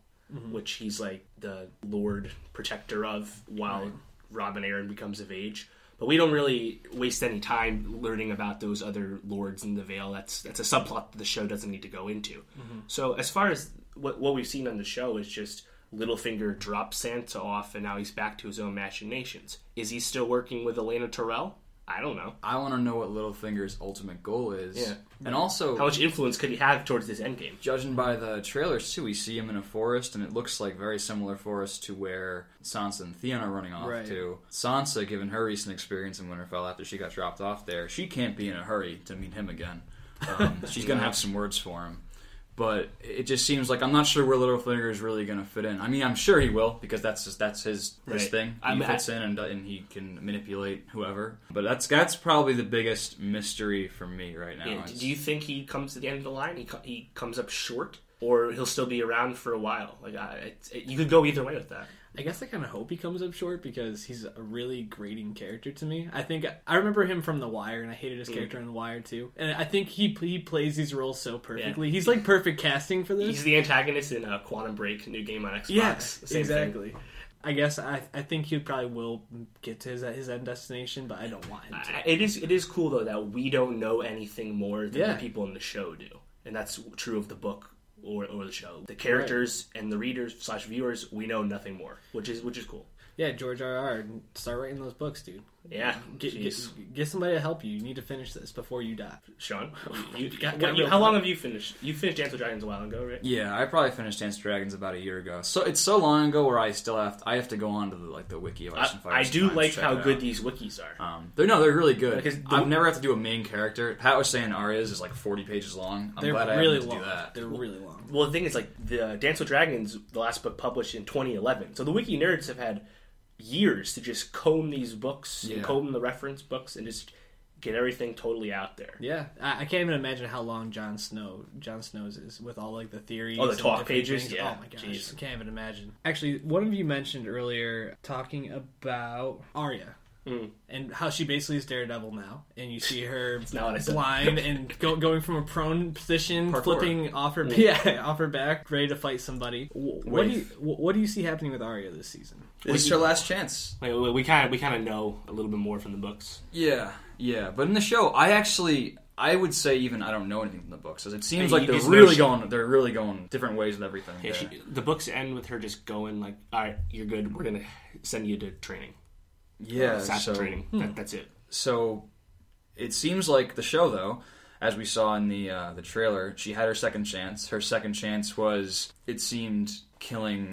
which he's like the Lord Protector of, while Robin Aaron becomes of age. But we don't really waste any time learning about those other lords in the veil. That's that's a subplot that the show doesn't need to go into. So as far as what what we've seen on the show is just Littlefinger dropped Santa off, and now he's back to his own machinations. Is he still working with Elena Terrell? I don't know. I want to know what Littlefinger's ultimate goal is. Yeah. And also, How much influence could he have towards this endgame? judging by the trailers too, we see him in a forest, and it looks like very similar forest to where Sansa and Theon are running off Right. to. Sansa, given her recent experience in Winterfell after she got dropped off there, she can't be in a hurry to meet him again. Um, she's gonna have some words for him. But it just seems like I'm not sure where Littlefinger is really going to fit in. I mean, I'm sure he will because that's just, that's his Right. his thing. He I'm ha- fits in and, and he can manipulate whoever. But that's that's probably the biggest mystery for me right now. Yeah, It's- do you think he comes to the end of the line? He, co- he comes up short, or he'll still be around for a while? Like I, it's it, you could go either way with that. I guess I kind of hope he comes up short because he's a really grating character to me. I think I remember him from The Wire, and I hated his character in The Wire too. And I think he he plays these roles so perfectly. He's like perfect casting for this. He's the antagonist in uh, Quantum Break, new game on Xbox. Yes, Same thing. exactly. I guess I I think he probably will get to his his end destination, but I don't want him to. I- It is it is cool though that we don't know anything more than Yeah. the people in the show do, and that's true of the book or, or the show. The characters and the readers slash viewers, we know nothing more, which is which is cool. Yeah, George R. R. Start writing those books, dude. Yeah, Get, jeez. get, get somebody to help you. You need to finish this before you die. Sean, you, Got- what- got you- real how long quick. have you finished? You finished Dance with Dragons a while ago, right? Yeah, I probably finished Dance with Dragons about a year ago. So it's so long ago where I still have I have to go on to the, like the wiki of Ice I, and Fire. I do sometimes like to check how it good out. these wikis are. Um, they're no, they're really good. Because the- I've never had to do a main character. Pat was saying Arya's is like forty pages long. I'm They're glad I really haven't long. had to do that. They're really long. well, the thing is, like the uh, Dance with Dragons, the last book published in 2011, so the wiki nerds have had years to just comb these books, Yeah. and comb the reference books, and just get everything totally out there. Yeah, I, I can't even imagine how long Jon Snow Jon Snow's is with all like the theories. Oh, the and talk different pages? things. Yeah, Oh my gosh, jeez. I can't even imagine. Actually, one of you mentioned earlier talking about Arya. Hmm. And how she basically is Daredevil now, and you see her not what I said. blind and go, going from a prone position, Parkour. flipping off Hmm. her yeah off her back, ready to fight somebody. Wh- What do you Waif. wh- what do you see happening with Arya this season? It's your last chance. Like, we- we kind of we kind of know a little bit more from the books. Yeah, yeah. But in the show, I actually I would say even I don't know anything from the books. 'cause It seems Yeah, like you they're just know really she- going they're really going different ways with everything. Yeah, there. She, the books end with her just going like, "All right, you're good. We're gonna send you to training, Uh, yeah assassin so- training. That, that's it." So it seems like the show, though, as we saw in the uh, the trailer, she had her second chance. Her second chance was, it seemed, killing.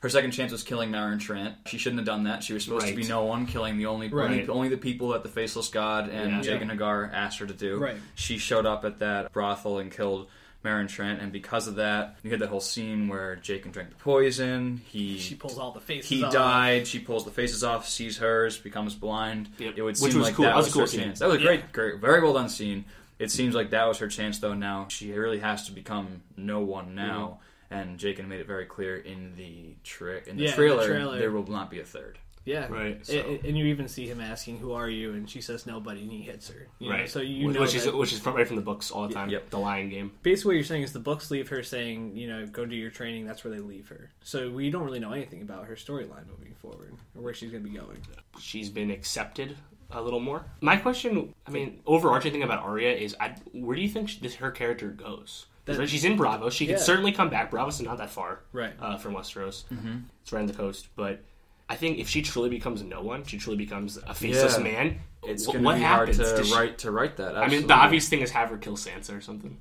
her Her second chance was killing Marin Trant. She shouldn't have done that. She was supposed to Right. be no one, killing the only, Right. only only the people that the Faceless God and Yeah. Jake and Hagar asked her to do. Right. She showed up at that brothel and killed Marin Trant, and because of that, you had the whole scene where Jake can drink the poison. He She pulls all the faces. he off. died. She pulls the faces off, sees hers, becomes blind. Yep. It would Which seem was like cool. that That was was, a cool her scene. chance. That was a Yeah. great, great, very well done scene. It seems like that was her chance, though. Now she really has to become no one now. And Jacob made it very clear in the trick in the, Yeah, in the trailer, trailer. there will not be a third. Yeah, Right, A- so- a- and you even see him asking, "Who are you?" And she says, "Nobody," and he hits her. You know, Right. So you know which is that- which is from, right from the books all the time. Yep. The Lion Game. basically what you're saying is the books leave her saying, you know, go do your training. That's where they leave her. So we don't really know anything about her storyline moving forward or where she's going to be going. she's been accepted a little more. My question, I mean, overarching thing about Arya is, I, where do you think she, this, her character goes? 'Cause, like, she's in Bravo. She yeah. could certainly come back. Bravo's not that far Right. uh, from Westeros. Mm-hmm. It's right on the coast. But I think if she truly becomes no one, she truly becomes a faceless Yeah. man. It's wh- going to what be happens? hard to Does she- write to write that. I mean, the absolutely. obvious thing is have her kill Sansa or something.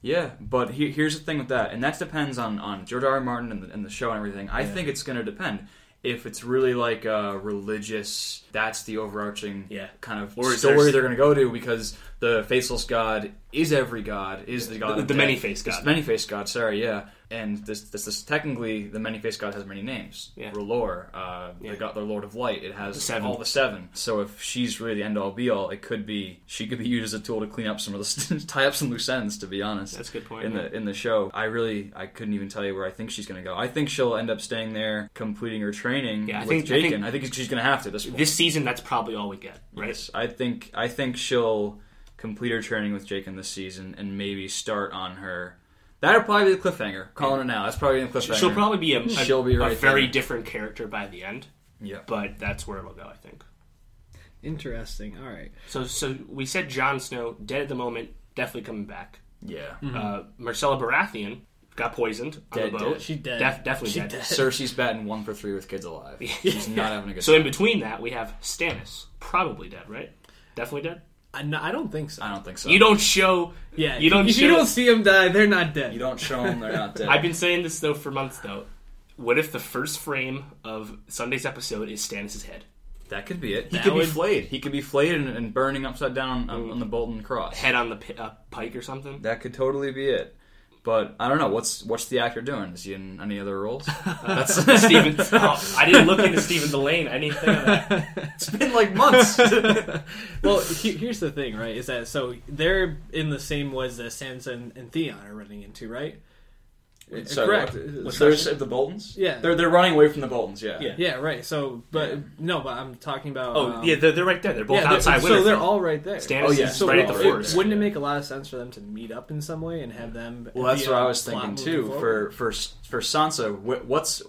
Yeah, but he, here's the thing with that, and that depends on on George R. R. Martin and the, and the show and everything. I think it's going to depend if it's really like a religious. That's the overarching Yeah. kind of Or is story there's- they're going to go to because the faceless god is every god, is the god The- of the death. many-faced This god. many-faced god. Sorry, yeah, and this this, this technically the many-faced god has many names. Yeah. R'hllor, uh, the god, the Lord of Light. It has seven. all the seven. So if she's really the end-all be-all, it could be she could be used as a tool to clean up some of the tie up some loose ends. To be honest, That's a good point, In yeah. the in the show, I really I couldn't even tell you where I think she's going to go. I think she'll end up staying there, completing her training Yeah, I with think- I Jaken. I think- think, she's going to have to at this point. This season, that's probably all we get, right? Yes, I think I think she'll complete her training with Jaken this season and maybe start on her. That'll probably be the cliffhanger. Calling it now. That's probably the cliffhanger. She'll probably be a, a- She'll be a right very there. different character by the end, Yeah. but that's where it'll go, I think. Interesting. All right. So, so we said Jon Snow dead at the moment, definitely coming back. Yeah. Uh, Marcella Baratheon got poisoned on Dead, the boat. dead. She dead. Def- definitely dead. Cersei's batting one for three with kids alive. She's not having a good So in time. between that, we have Stannis, probably dead, right? Definitely dead. I, no, I don't think so. I don't think so. You don't show. yeah. you don't. If Show, you don't see him die, they're not dead. You don't show them they're not dead. I've been saying this though for months though. What if the first frame of Sunday's episode is Stannis' head? That could be it. He That could would- be flayed. He could be flayed and, and burning upside down on, on the Bolton cross. Head on the pi- uh, pike or something? That could totally be it. But I don't know. What's what's the actor doing? Is he in any other roles? That's Stephen. Oh, I didn't look into Stephen Delane. I didn't think of that. it's been like months. well, he, here's the thing, right? Is that so? They're in the same woods that Sansa and, and Theon are running into, right? Correct. There's the Boltons. Yeah. they're they're running away from the Boltons. Yeah, Yeah. Yeah, right. So, but no, but I'm talking about. Oh um, yeah, they're, they're right there. They're both yeah, they're- outside. so they're Winterfell. all right there. Stannis Oh, yeah. is So right at the it- forest. Wouldn't it make a lot of sense for them to meet up in some way and have them? Well, that's be what a I was plot thinking moving too. forward? For for for Sansa, wh- what's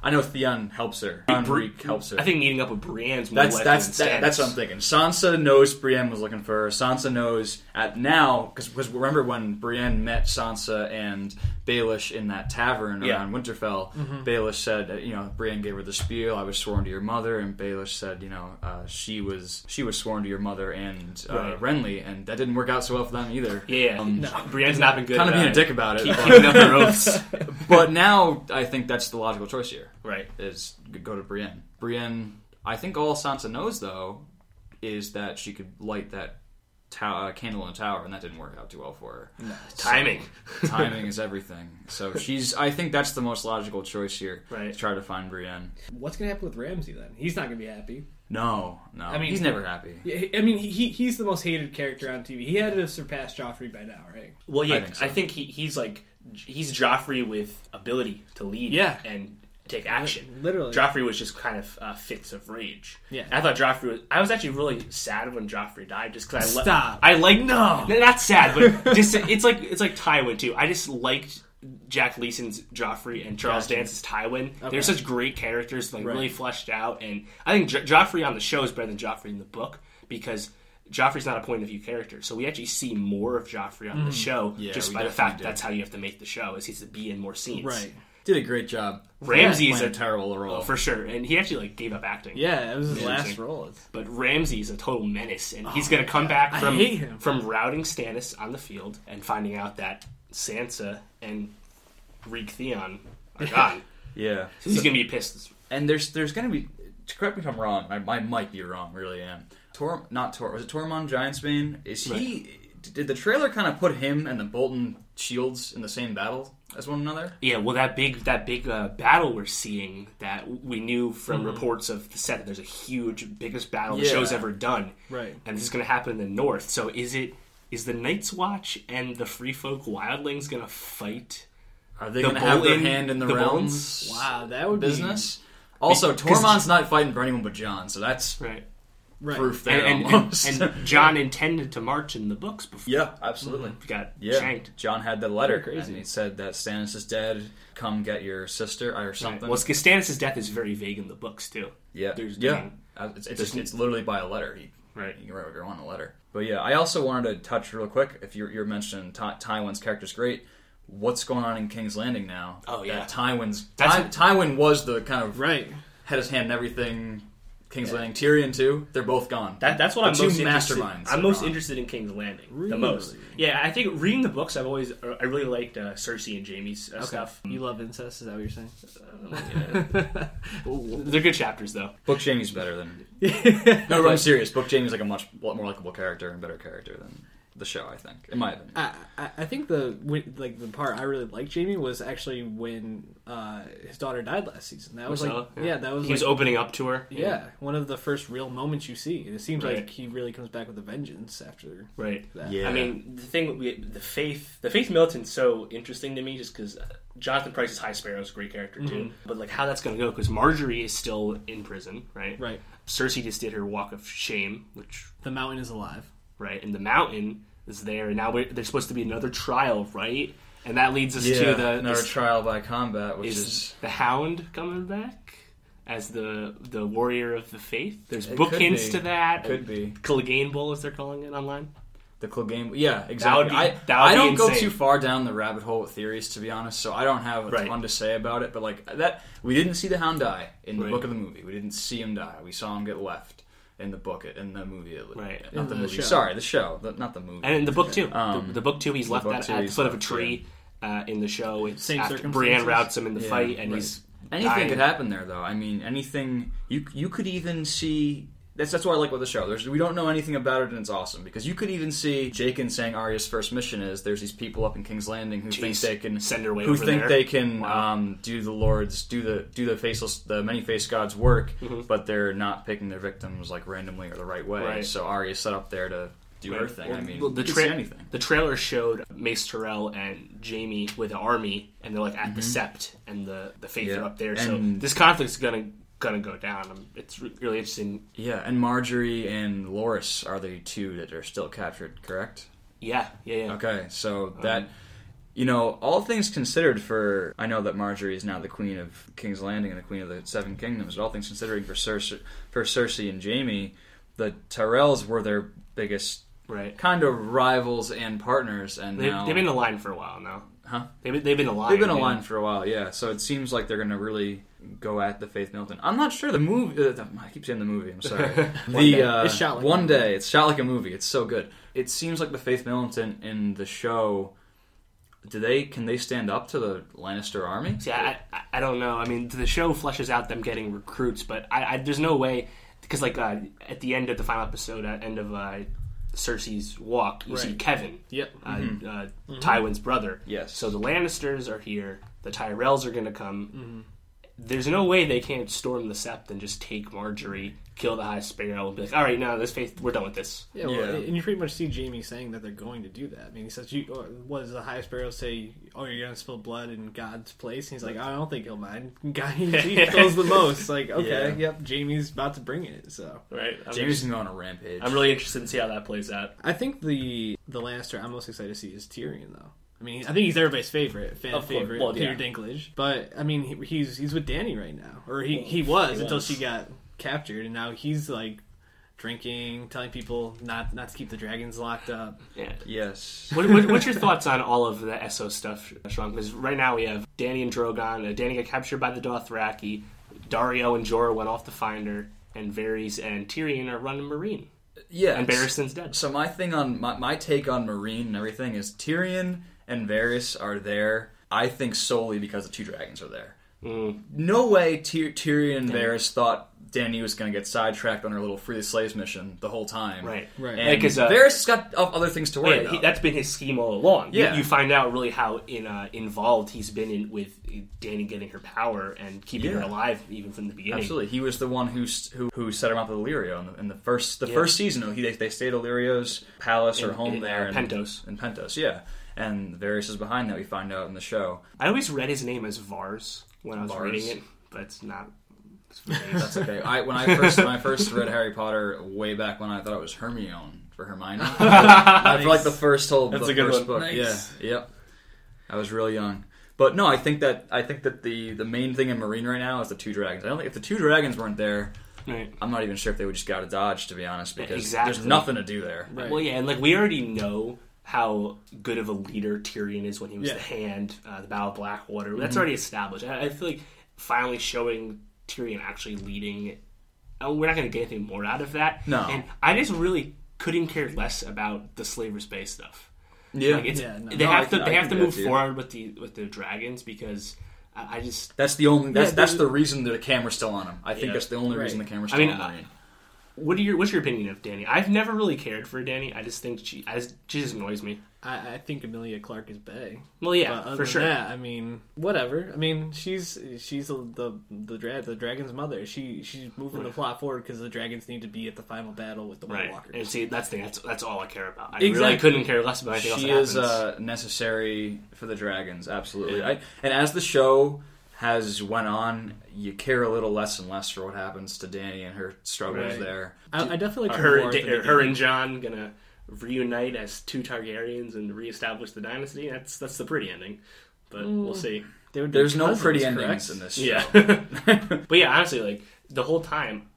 I know Theon helps her. Reek helps her. I think meeting up with Brienne's more That's likely that's than that, that's Stannis. what I'm thinking. Sansa knows Brienne was looking for her. Sansa knows at now because remember when Brienne met Sansa and Baelish in that tavern Yeah. Mm-hmm. around Winterfell. Baelish said, uh, you know, Brienne gave her the spiel. I was sworn to your mother, and Baelish said, you know, uh, she was she was sworn to your mother and uh, Right. Renly, and that didn't work out so well for them either. Yeah, Brienne's not been good. Kind of about being a it. dick about it, Keep but, keeping up her oaths. but now I think that's the logical choice here Right. is go to Brienne. Brienne, I think all Sansa knows though is that she could light that tow- uh, candle in the tower, and that didn't work out too well for her. Timing. Timing is everything. So she's. I think that's the most logical choice here. Right. To try to find Brienne. what's gonna happen with Ramsey then? He's not gonna be happy. No, no. I mean- mean, he's never happy. Yeah, I mean, he he- he's the most hated character on TV. He had to have surpassed Joffrey by now, right? Well, yeah, I think think, so. he, he's like he's Joffrey with ability to lead. Yeah. and take action. Literally. Joffrey was just kind of uh, fits of rage. Yeah. I thought Joffrey was. I was actually really sad when Joffrey died, just because I li- Stop. I like No. not sad, but just it's like it's like Tywin too. I just liked. Jack Leeson's Joffrey and Charles Dance's Tywin. They're such great characters, like really fleshed out. And I think jo- Joffrey on the show is better than Joffrey in the book because Joffrey's not a point of view character. So we actually see more of Joffrey on the show Mm. Yeah, just we by the definitely fact do. that's how you have to make the show is he's to be in more scenes. Did a great job. Ramsay is Playing a a terrible role. for sure, and he actually like gave up acting. Yeah, it was his last Interesting. role. But Ramsey is a total menace, and he's going to come back from hate him. from routing Stannis on the field and finding out that Sansa and Reek Theon are gone. Yeah. He's gonna be pissed. This And there's there's gonna be correct me if I'm wrong. I, I might be wrong. Really am. Tor not Tor was it Tormund Giantsbane? Is he? Did the trailer kind of put him and the Bolton shields in the same battle as one another? Yeah, well, that big that big uh, battle we're seeing that we knew from reports of the set that there's a huge, biggest battle the Yeah. show's ever done, Right. And this is going to happen in the north. So is it is the Night's Watch and the Free Folk Wildlings going to fight? Are they The going to have their Bolton- hand in the, the realms? Wow, that would be- business. Also, 'cause- Tormund's not fighting for anyone but John, so that's Right. Right. proof there And and, almost. and, and John intended to march in the books before yeah, absolutely. he got Mm. Yeah, shanked. John had the letter, crazy. and he said that Stannis is dead. Come get your sister or Right. something. Well, Stannis' death is very vague in the books too. Yeah, There's yeah. nothing- Uh, It's, it's, just, it's literally by a letter. He, Right. You can write what you want in a letter. But yeah, I also wanted to touch real quick. If you're, you're mentioning Ty- Tywin's character's great, what's going on in King's Landing now? Oh, yeah. that Tywin's That's Ty, what- Tywin was the kind of Right. had his hand in everything. King's Landing, Tyrion too. They're both gone. That, that's what The I'm two most interested. masterminds. I'm are most gone. interested in King's Landing the most. Yeah, I think reading the books, I've always I really liked uh, Cersei and Jamie's uh, stuff. You love incest? Is that what you're saying? Uh, They're good chapters though. Book Jamie's better than. no, but I'm serious. Book Jamie's like a much lot more likable character and better character than the show. I think, in my opinion. Uh, I, I- I think the when, like the part I really liked Jamie was actually when uh, his daughter died last season. That was Marcella, like yeah, that was he was like, opening up to her. yeah one of the first real moments you see, and it seems Right. like he really comes back with a vengeance after right. that. Yeah. I mean, the thing we, the faith the faith militant's so interesting to me just because Jonathan Price's High Sparrow is a great character too. Mm-hmm. But like how that's going to go because Marjorie is still in prison, right? Right. Cersei just did her walk of shame, which The mountain is alive. right? And the mountain is there, and now we're, there's supposed to be another trial, right? And that leads us yeah, to the another is, trial by combat, which is is the Hound coming back as the the warrior of the faith. There's It book could hints be. to that. Could be. Clegane Bowl, as they're calling it online. The club game, yeah, exactly. would be- I, that would I be don't go insane. too far down the rabbit hole with theories, to be honest. So I don't have a Right. ton to say about it. But like that, we didn't see the Hound die in the Right. book of the movie. We didn't see him die. We saw him get left in the book, in the movie, at least. Right. Not In the, the movie. show. Sorry, the show, the, not the movie. And in the book too, Um, the, the book too, he's left book that two, at the he's foot of a left, tree uh, in the show. It's Same after Brienne circumstances? routs him in the Yeah, fight, and right. he's Anything dying. could happen there, though. I mean, anything you you could even see. That's that's what I like with the show. There's we don't know anything about it, and it's awesome because you could even see Jakin saying Arya's first mission is there's these people up in King's Landing who think Jeez. they can Send her way who over think there. they can Wow. um, do the Lord's do the do the faceless the many faced gods work, Mm-hmm. but they're not picking their victims like randomly or the right way. Right. So Arya's set up there to do her thing. I mean, Well, the, you could tra- see anything. the trailer showed Mace Tyrell and Jamie with the army, and they're like at the Sept, and the the Faith Mm-hmm. Yeah. are up there. so And- this conflict's gonna gonna go down. Um, It's re- really interesting. Yeah, and Marjorie and Loris are the two that are still captured, correct? Yeah, yeah, yeah. Okay, so Uh-huh. that you know, all things considered, for I know that Marjorie is now the queen of King's Landing and the queen of the Seven Kingdoms, but all things considering, for Cersei, for Cersei and Jamie, the Tyrells were their biggest Right. kind of rivals and partners, and They, now They've been aligned for a while now. Huh? They've been, they've been aligned. They've been and- aligned for a while, yeah. So it seems like they're going to really go at the Faith Milton. I'm not sure the movie. Uh, the, I keep saying the movie. I'm sorry. the Uh, It's shot like a one movie. day. It's shot like a movie. It's so good. It seems like the Faith Milton in the show. Do they? Can they stand up to the Lannister army? See, I, I, I don't know. I mean, the show fleshes out them getting recruits, but I, I there's no way because like uh, at the end of the final episode, at end of uh, Cersei's walk, you see Right. Kevin, Yep. Mm-hmm. uh, uh, Tywin's brother. Yes. So the Lannisters are here. The Tyrells are going to Mm-hmm. come. There's no way they can't storm the Sept and just take Marjorie, kill the High Sparrow, and be like, "All right, no, this faith, we're done with this." Yeah, well, Yeah. and you pretty much see Jamie saying that they're going to do that. I mean, he says, "You, or what does the High Sparrow say? Oh, you're gonna spill blood in God's place." And he's like, "I don't think he'll mind." God, he he spills the most. Like, okay, Yeah. yep, Jamie's about to bring it. So Right. I'm, Jamie's going to go on a rampage. I'm really interested to see how that plays out. I think the the Lannister I'm most excited to see is Tyrion, though. I mean, I think he's everybody's favorite fan Of course. favorite, Well, Peter yeah. Dinklage. But I mean, he, he's he's with Danny right now, or he he was he until was. she got captured, and now he's like drinking, telling people not not to keep the dragons locked up. Yeah. Yes. what, what, what's your thoughts on all of the ESO stuff, Sean? Because right now we have Danny and Drogon. Uh, Danny got captured by the Dothraki. Dario and Jorah went off to find her, and Varys and Tyrion are running Marine. Yeah. And it's- Barristan's dead. So my thing on my, my take on Marine and everything is Tyrion and Varys are there. I think solely because the two dragons are there. Mm. No way Tyr- Tyrion and Varys thought Danny was going to get sidetracked on her little free the slaves mission the whole time. Right. Right. And Like, 'cause, uh, Varys has got o- other things to worry Oh, Yeah, about. he, that's been his scheme all along. You- Yeah. You, find out really how in, uh, involved he's been in, with uh, Danny getting her power and keeping her Yeah. alive even from the beginning. Absolutely, he was the one who s- who, who set him up at Illyrio in the, in the first the Yeah. first season. Oh, He, they, they stayed at Illyrio's palace or In- home in, there, uh, in Pentos. In Pentos, yeah. And Varys is behind that. We find out in the show. I always read his name as Vars when I was Vars. reading it, but it's not. It's That's okay. I, when I first when I first read Harry Potter way back when, I thought it was Hermione for Hermione. I For like the first whole That's the a good first one. book. Nice. Yeah, yep. I was real young, but no, I think that I think that the the main thing in Marine right now is the two dragons. I don't think if the two dragons weren't there, right. I'm not even sure if they would just got to dodge to be honest because exactly. there's nothing to do there. Well, yeah, and like we already know how good of a leader Tyrion is when he was Yeah. the Hand, uh, the Battle of Blackwater. Mm-hmm. That's already established. I, I feel like finally showing Tyrion actually leading. Oh, we're not going to get anything more out of that. No. and I just really couldn't care less about the slaver space stuff. Yeah, Like it's, Yeah, no. they No, I have can- to I they have can to do that move too. forward with the with the dragons because I, I just that's the only that's Yeah, that's they- the reason that the camera's still on him. I think Yeah. that's the only reason the Right. camera's I still mean, on I- Marine. what are your what's your opinion of Danny? I've never really cared for Danny. I just think she I just, she just annoys me. I, I think Amelia Clark is bae. Well, yeah, But other for than sure. That, I mean, whatever. I mean, she's she's the the the, dra- the dragon's mother. She she's moving the plot forward because the dragons need to be at the final battle with the White Right, Walkers. and see that's the thing. That's that's all I care about. I really Exactly. couldn't care less about anything she else. is That happens. uh, necessary for the dragons absolutely Yeah. I, and as the show has went on you care a little less and less for what happens to danny and her struggles Right. there I, I definitely like her, her, more at the her, beginning. and John gonna reunite as two Targaryens and reestablish the dynasty. That's that's the pretty ending, but we'll see. They would be there's no cousins, pretty correct? endings in this show Mm. Yeah, but yeah, honestly, like the whole time,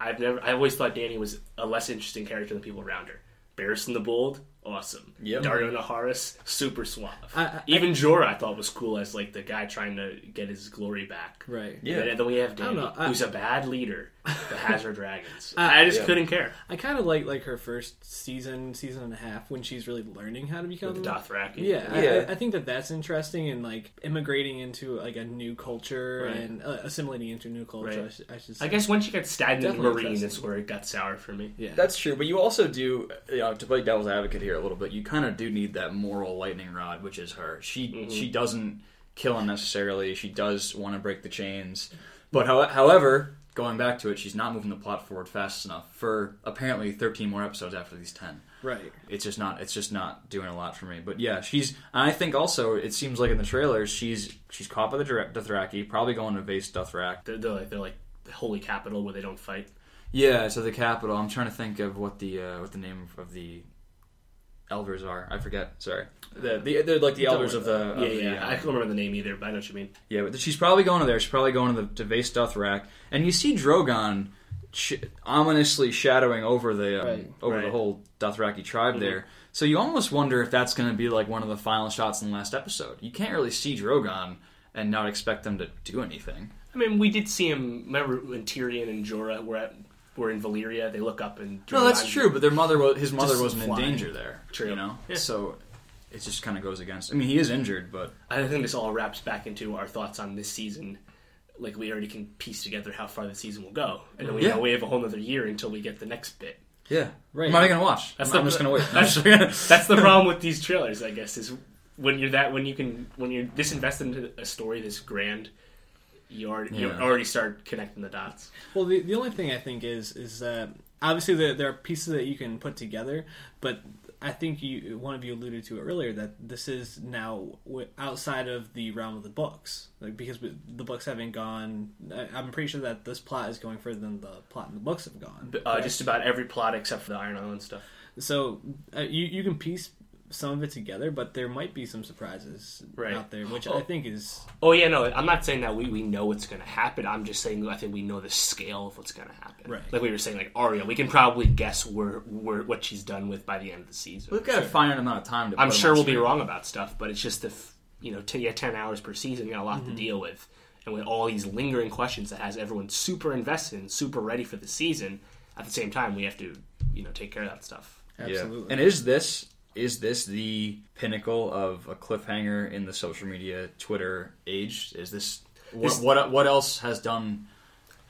I've never, I always thought Danny was a less interesting character than people around her. Barristan the Bold, awesome. Yep. Dario Naharis, super suave. I- I- Even Jorah, I thought was cool as like the guy trying to get his glory back. Right. Yeah. And then we have Danny, know, I- who's a bad leader, but has her dragons. I just couldn't care. I kind of like like her first season, season and a half when she's really learning how to become With the Dothraki. Yeah, I- Yeah. I, I think that that's interesting and like immigrating into like a new culture Right. and uh, assimilating into a new culture. Right. I, sh- I should. Say. I guess once you get stagnant in Definitely Marine, interesting. that's where it got sour for me. Yeah. that's true but you also do you know, to play devil's advocate here a little bit you kind of do need that moral lightning rod which is her she Mm-hmm. she doesn't kill unnecessarily she does want to break the chains but how, however going back to it she's not moving the plot forward fast enough for apparently 13 more episodes after these 10 right. it's just not it's just not doing a lot for me. But yeah, she's and I think also it seems like in the trailers she's she's caught by the Dra- Dothraki, probably going to base Dothrak. They're, they're like they're like the holy capital where they don't fight. Yeah, to the capital. I'm trying to think of what the uh, what the name of the elders are. I forget. Sorry. The, the, they're like the elders of the of Yeah, the, Oh, yeah. uh, I can't remember the name either, but I know what you mean. Yeah, but she's probably going to there. She's probably going to the to Vase Dothrak, and you see Drogon sh- ominously shadowing over the um, Right. over the Right. Mm-hmm. whole Dothraki tribe there. So you almost wonder if that's going to be like one of the final shots in the last episode. You can't really see Drogon and not expect them to do anything. I mean, we did see him. Remember when Tyrion and Jorah were at were in Valyria? They look up and No, that's Jorah- true. But their mother, was, his mother, Just wasn't flying. in danger there. True. you know. Yeah. So it just kind of goes against. I mean, he is injured, but I think this all wraps back into our thoughts on this season. Like we already can piece together how far the season will go, and then we Yeah. know we have a whole other year until we get the next bit. yeah, right. Right. I'm not going to watch. That's I'm, I'm the- just going to wait. that's- That's the problem with these trailers, I guess, is when you're that when you can when you're this invested into a story this grand, you already you Yeah. already start connecting the dots. Well, the, the only thing I think is is that obviously there, there are pieces that you can put together, but I think you one of you alluded to it earlier that this is now w- outside of the realm of the books, like because we- the books haven't gone. I, I'm pretty sure that this plot is going further than the plot in the books have gone. Uh, just about every plot except for the Iron Island stuff. So uh, you you can piece some of it together, but there might be some surprises Right. out there, which Oh. I think is Oh yeah, no, I'm not saying that we, we know what's going to happen. I'm just saying I think we know the scale of what's going to happen. Right. Like we were saying, like Arya, we can probably guess where where what she's done with by the end of the season. We've got a finite amount of time to. I'm put him sure on we'll screen. be wrong about stuff, but it's just the f- you know t- yeah, ten hours per season, you got a lot to deal with, and with all these lingering questions that has everyone super invested and super ready for the season. At the same time, we have to you know take care of that stuff. absolutely. And is this is this the pinnacle of a cliffhanger in the social media Twitter age? Is this What, what what else has done?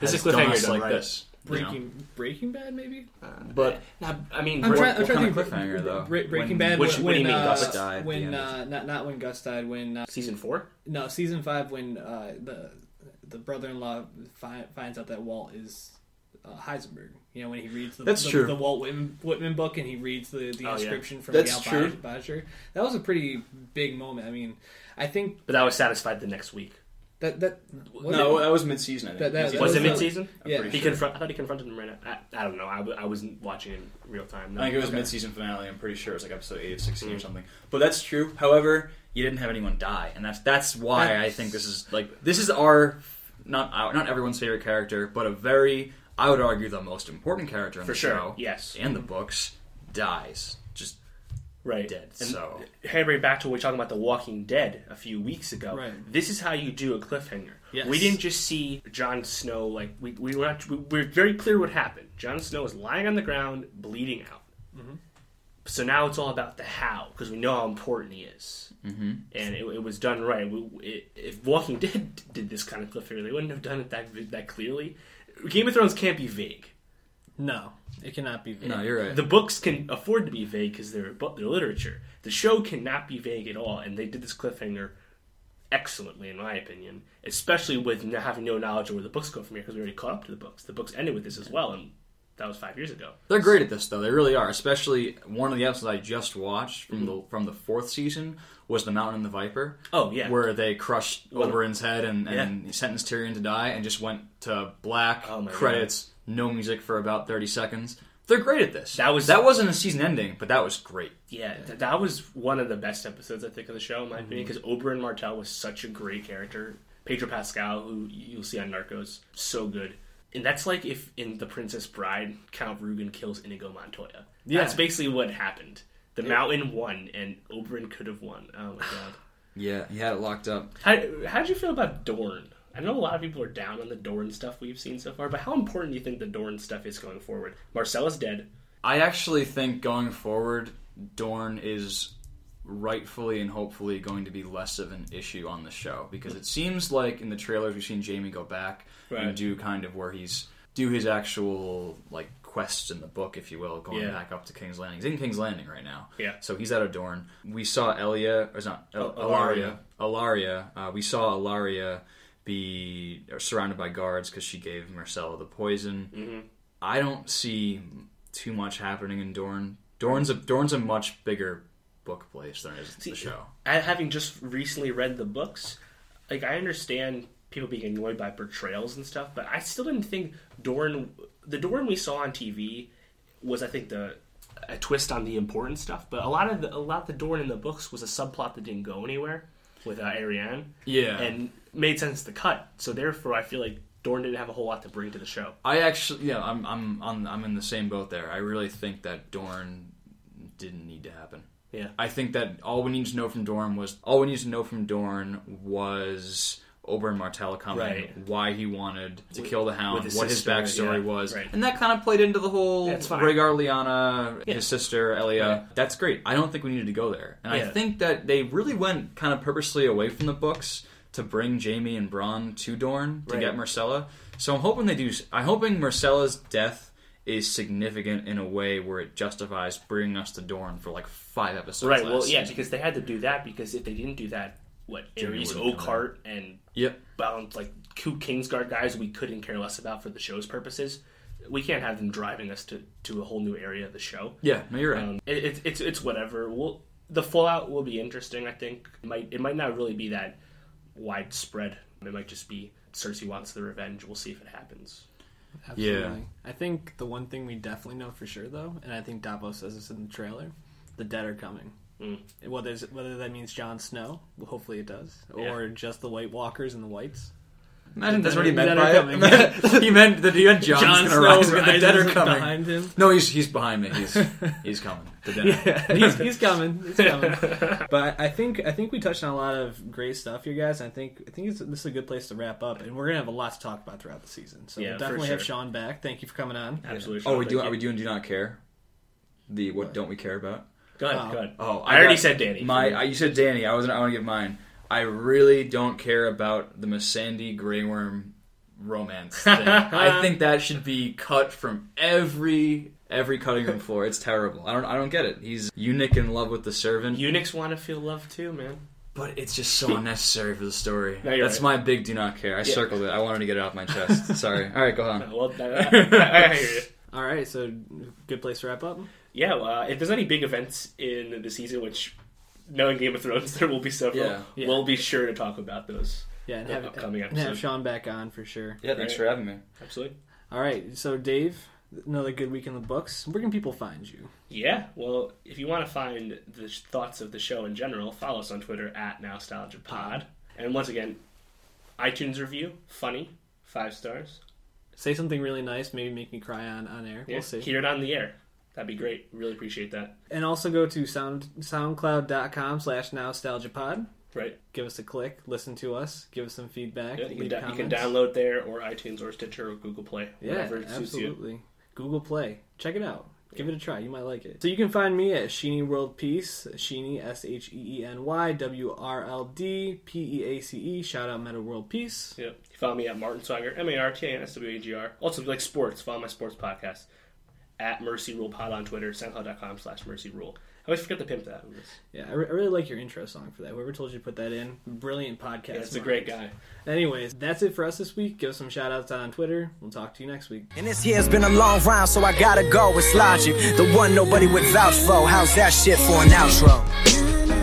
This has is cliffhanger done us done like right. this. you know? Breaking Breaking Bad, maybe. but Nah, I mean, I'm Bra- trying. I'm trying what to kind think. of cliffhanger, though? Bre- Breaking When- Bad. which- when, what do you mean uh, Gus died at the When end of- uh, not not when Gus died. When uh, season four. no season five. When uh, the the brother-in-law fi- finds out that Walt is. Uh, Heisenberg, you know, when he reads the, That's the, true. the Walt Whitman, Whitman book and he reads the, the Oh, yeah. inscription from That's Gal true. Bodger, that was a pretty big moment. I mean, I think But I was satisfied the next week. that that no, uh, that was uh, mid season. I think. That- that- Mid-season. that Was was it the- mid season? yeah. He confront. I thought he confronted him right now. I, I don't know. I, w- I wasn't watching in real time. No. I think it was mid-season finale. I'm pretty sure it was like episode eight of 16 or something. But that's true. However, you didn't have anyone die, and that's that's why I think this is like this is our not our, not everyone's favorite character, but a very I would argue the most important character in For the sure, show. yes. and the books dies just right. dead. And so hammering back to what we were talking about The Walking Dead a few weeks ago. Right. This is how you do a cliffhanger. Yes. We didn't just see Jon Snow like we we were not, we, we're very clear what happened. Jon Snow was lying on the ground, bleeding out. So now it's all about the how because we know how important he is, mm-hmm. and it, it was done right. We, it, if Walking Dead did this kind of cliffhanger, they wouldn't have done it that that clearly. Game of Thrones can't be vague. no, it cannot be. no, you're right. The books can afford to be vague because they're bu- they're literature. The show cannot be vague at all, and they did this cliffhanger excellently, in my opinion. Especially with n having no knowledge of where the books go from here, because we already caught up to the books. The books ended with this as well, and that was five years ago. They're great at this though. They really are. Especially one of the episodes I just watched from the from the fourth season was the Mountain and the Viper. Oh, yeah. where they crushed Well, Oberyn's head and, and sentenced Tyrion to die, and just went to black Oh, my credits, no music for about thirty seconds. They're great at this. That was- that wasn't a season ending, but that was great. Yeah, th- that was one of the best episodes I think of the show, in my opinion, because Oberyn Martell was such a great character. Pedro Pascal, who you'll see on Narcos, so good. And that's like if in The Princess Bride, Count Rugen kills Inigo Montoya. That's basically what happened. The mountain won, and Oberyn could have won. Oh my god. Yeah, he had it locked up. How how did you feel about Dorn? I know a lot of people are down on the Dorn stuff we've seen so far, but how important do you think the Dorn stuff is going forward? Marcella's dead. I actually think going forward, Dorn is rightfully and hopefully going to be less of an issue on the show because it seems like in the trailers we've seen Jamie go back Right. and do kind of where he's do his actual like quests in the book, if you will, going Yeah. back up to King's Landing. He's in King's Landing right now. Yeah. So he's out of Dorne. We saw Elia, or it's not El- Oh, Ilaria. Ilaria. Ilaria. Uh, we saw Ilaria be surrounded by guards because she gave Marcella the Mm. poison. I don't see too much happening in Dorne. Dorne's a Dorne's a much bigger book place than it is the show. I, having just recently read the books, like I understand people being annoyed by portrayals and stuff, but I still didn't think Dorn, the Dorn we saw on TV, was I think the a twist on the important stuff. But a lot of the, a lot of the Dorn in the books was a subplot that didn't go anywhere with uh, Ariane, Yeah. and made sense to cut. So therefore, I feel like Dorn didn't have a whole lot to bring to the show. I actually, yeah, I'm I'm on I'm in the same boat there. I really think that Dorne didn't need to happen. Yeah. I think that all we need to know from Dorne was all we need to know from Dorne was Oberyn Martell coming, Right. why he wanted to kill the Hound, with his what sister, his backstory yeah, was, right. and that kind of played into the whole That's fine. Rhaegar, Lyanna, Yeah. his sister Elia. That's great. I don't think we needed to go there, and Yeah. I think that they really went kind of purposely away from the books to bring Jamie and Bronn to Dorne to Right. get Marcella. So I'm hoping they do. I'm hoping Marcella's death is significant in a way where it justifies bringing us to Dorne for like five episodes. Right. last Well, yeah, season. because they had to do that because if they didn't do that, what Aries would've come Okart and Yep. bound like two Kingsguard guys we couldn't care less about for the show's purposes. We can't have them driving us to, to a whole new area of the show. Yeah, no, you're right. Um, it, it's it's it's whatever. We'll, the fallout will be interesting. I think it might it might not really be that widespread. It might just be Cersei wants the revenge. We'll see if it happens. yeah, I think the one thing we definitely know for sure, though, and I think Davos says this in the trailer, the dead are coming. Mm. Whether it's- whether that means Jon Snow, well, hopefully it does, or just the White Walkers and the Whites. imagine that's what he The meant dead are by it. he meant that he meant John's Jon gonna rise, but the rises dead are coming. behind him. No, he's he's behind me. He's he's coming. The dead. are- he's, he's coming. He's coming. But I think I think we touched on a lot of great stuff here, guys. I think I think it's, this is a good place to wrap up, and we're gonna have a lot to talk about throughout the season. So Yeah, we'll for definitely have sure. Sean back. Thank you for coming on. Absolutely. Oh, Sean, we thank do. you. Are we doing? Do not care. The what don't we care about? Go ahead. Go ahead. Oh, I, already got- said Danny. My, I, you said Danny. I was. I want to give mine. I I really don't care about the Missandei Grey Worm romance thing. I think that should be cut from every every cutting room floor. It's terrible. I don't I don't get it. He's eunuch in love with the servant, Eunuchs want to feel love too, man. but it's just so unnecessary for the story. No, you're That's my big do not care. I circled it. I wanted to get it off my chest. Sorry. All right, go on. Well, I, I hear you. All right, so good place to wrap up. Yeah, well, uh, if there's any big events in the season, which knowing Game of Thrones, there will be several, Yeah. Yeah. we'll be sure to talk about those. Yeah, and Yeah, have, upcoming and have episode. Sean back on for sure. Yeah, thanks for having me. Absolutely. All right, so Dave, another good week in the books. Where can people find you? Yeah, well, if you want to find the sh- thoughts of the show in general, follow us on Twitter at NowStalgiaPod. And once again, iTunes review, funny, five stars. Say something really nice, maybe make me cry on on air. Yeah, We'll see. Hear it on the air. That'd be great. Really appreciate that. And also go to sound soundcloud.com slash nostalgiapod. Right? Give us a click, listen to us, give us some feedback. Yeah, you, can leave da- you can comments. download there or iTunes or Stitcher or Google Play. Yeah, whatever suits you. absolutely. Google Play. Check it out. Give it a try. You might like it. So you can find me at Sheeny World Peace, Sheeny, S H E E N Y W R L D P E A C E. Shout out Meta World Peace. Yeah. You follow me at Martin Swager, M A R T A N S W A G R. Also, if you like sports, follow my sports podcast at Mercy Rule Pod on Twitter, soundcloud.com slash Mercy Rule. I always forget to pimp that. Yeah, I, re- I really like your intro song for that. Whoever told you to put that in, brilliant podcast. Yeah, it's a mind. great guy. Anyways, that's it for us this week. Give us some shout outs on Twitter. We'll talk to you next week. And this here's been a long round, so I gotta go. It's logic. The one nobody would vouch for. How's that shit for an outro? Come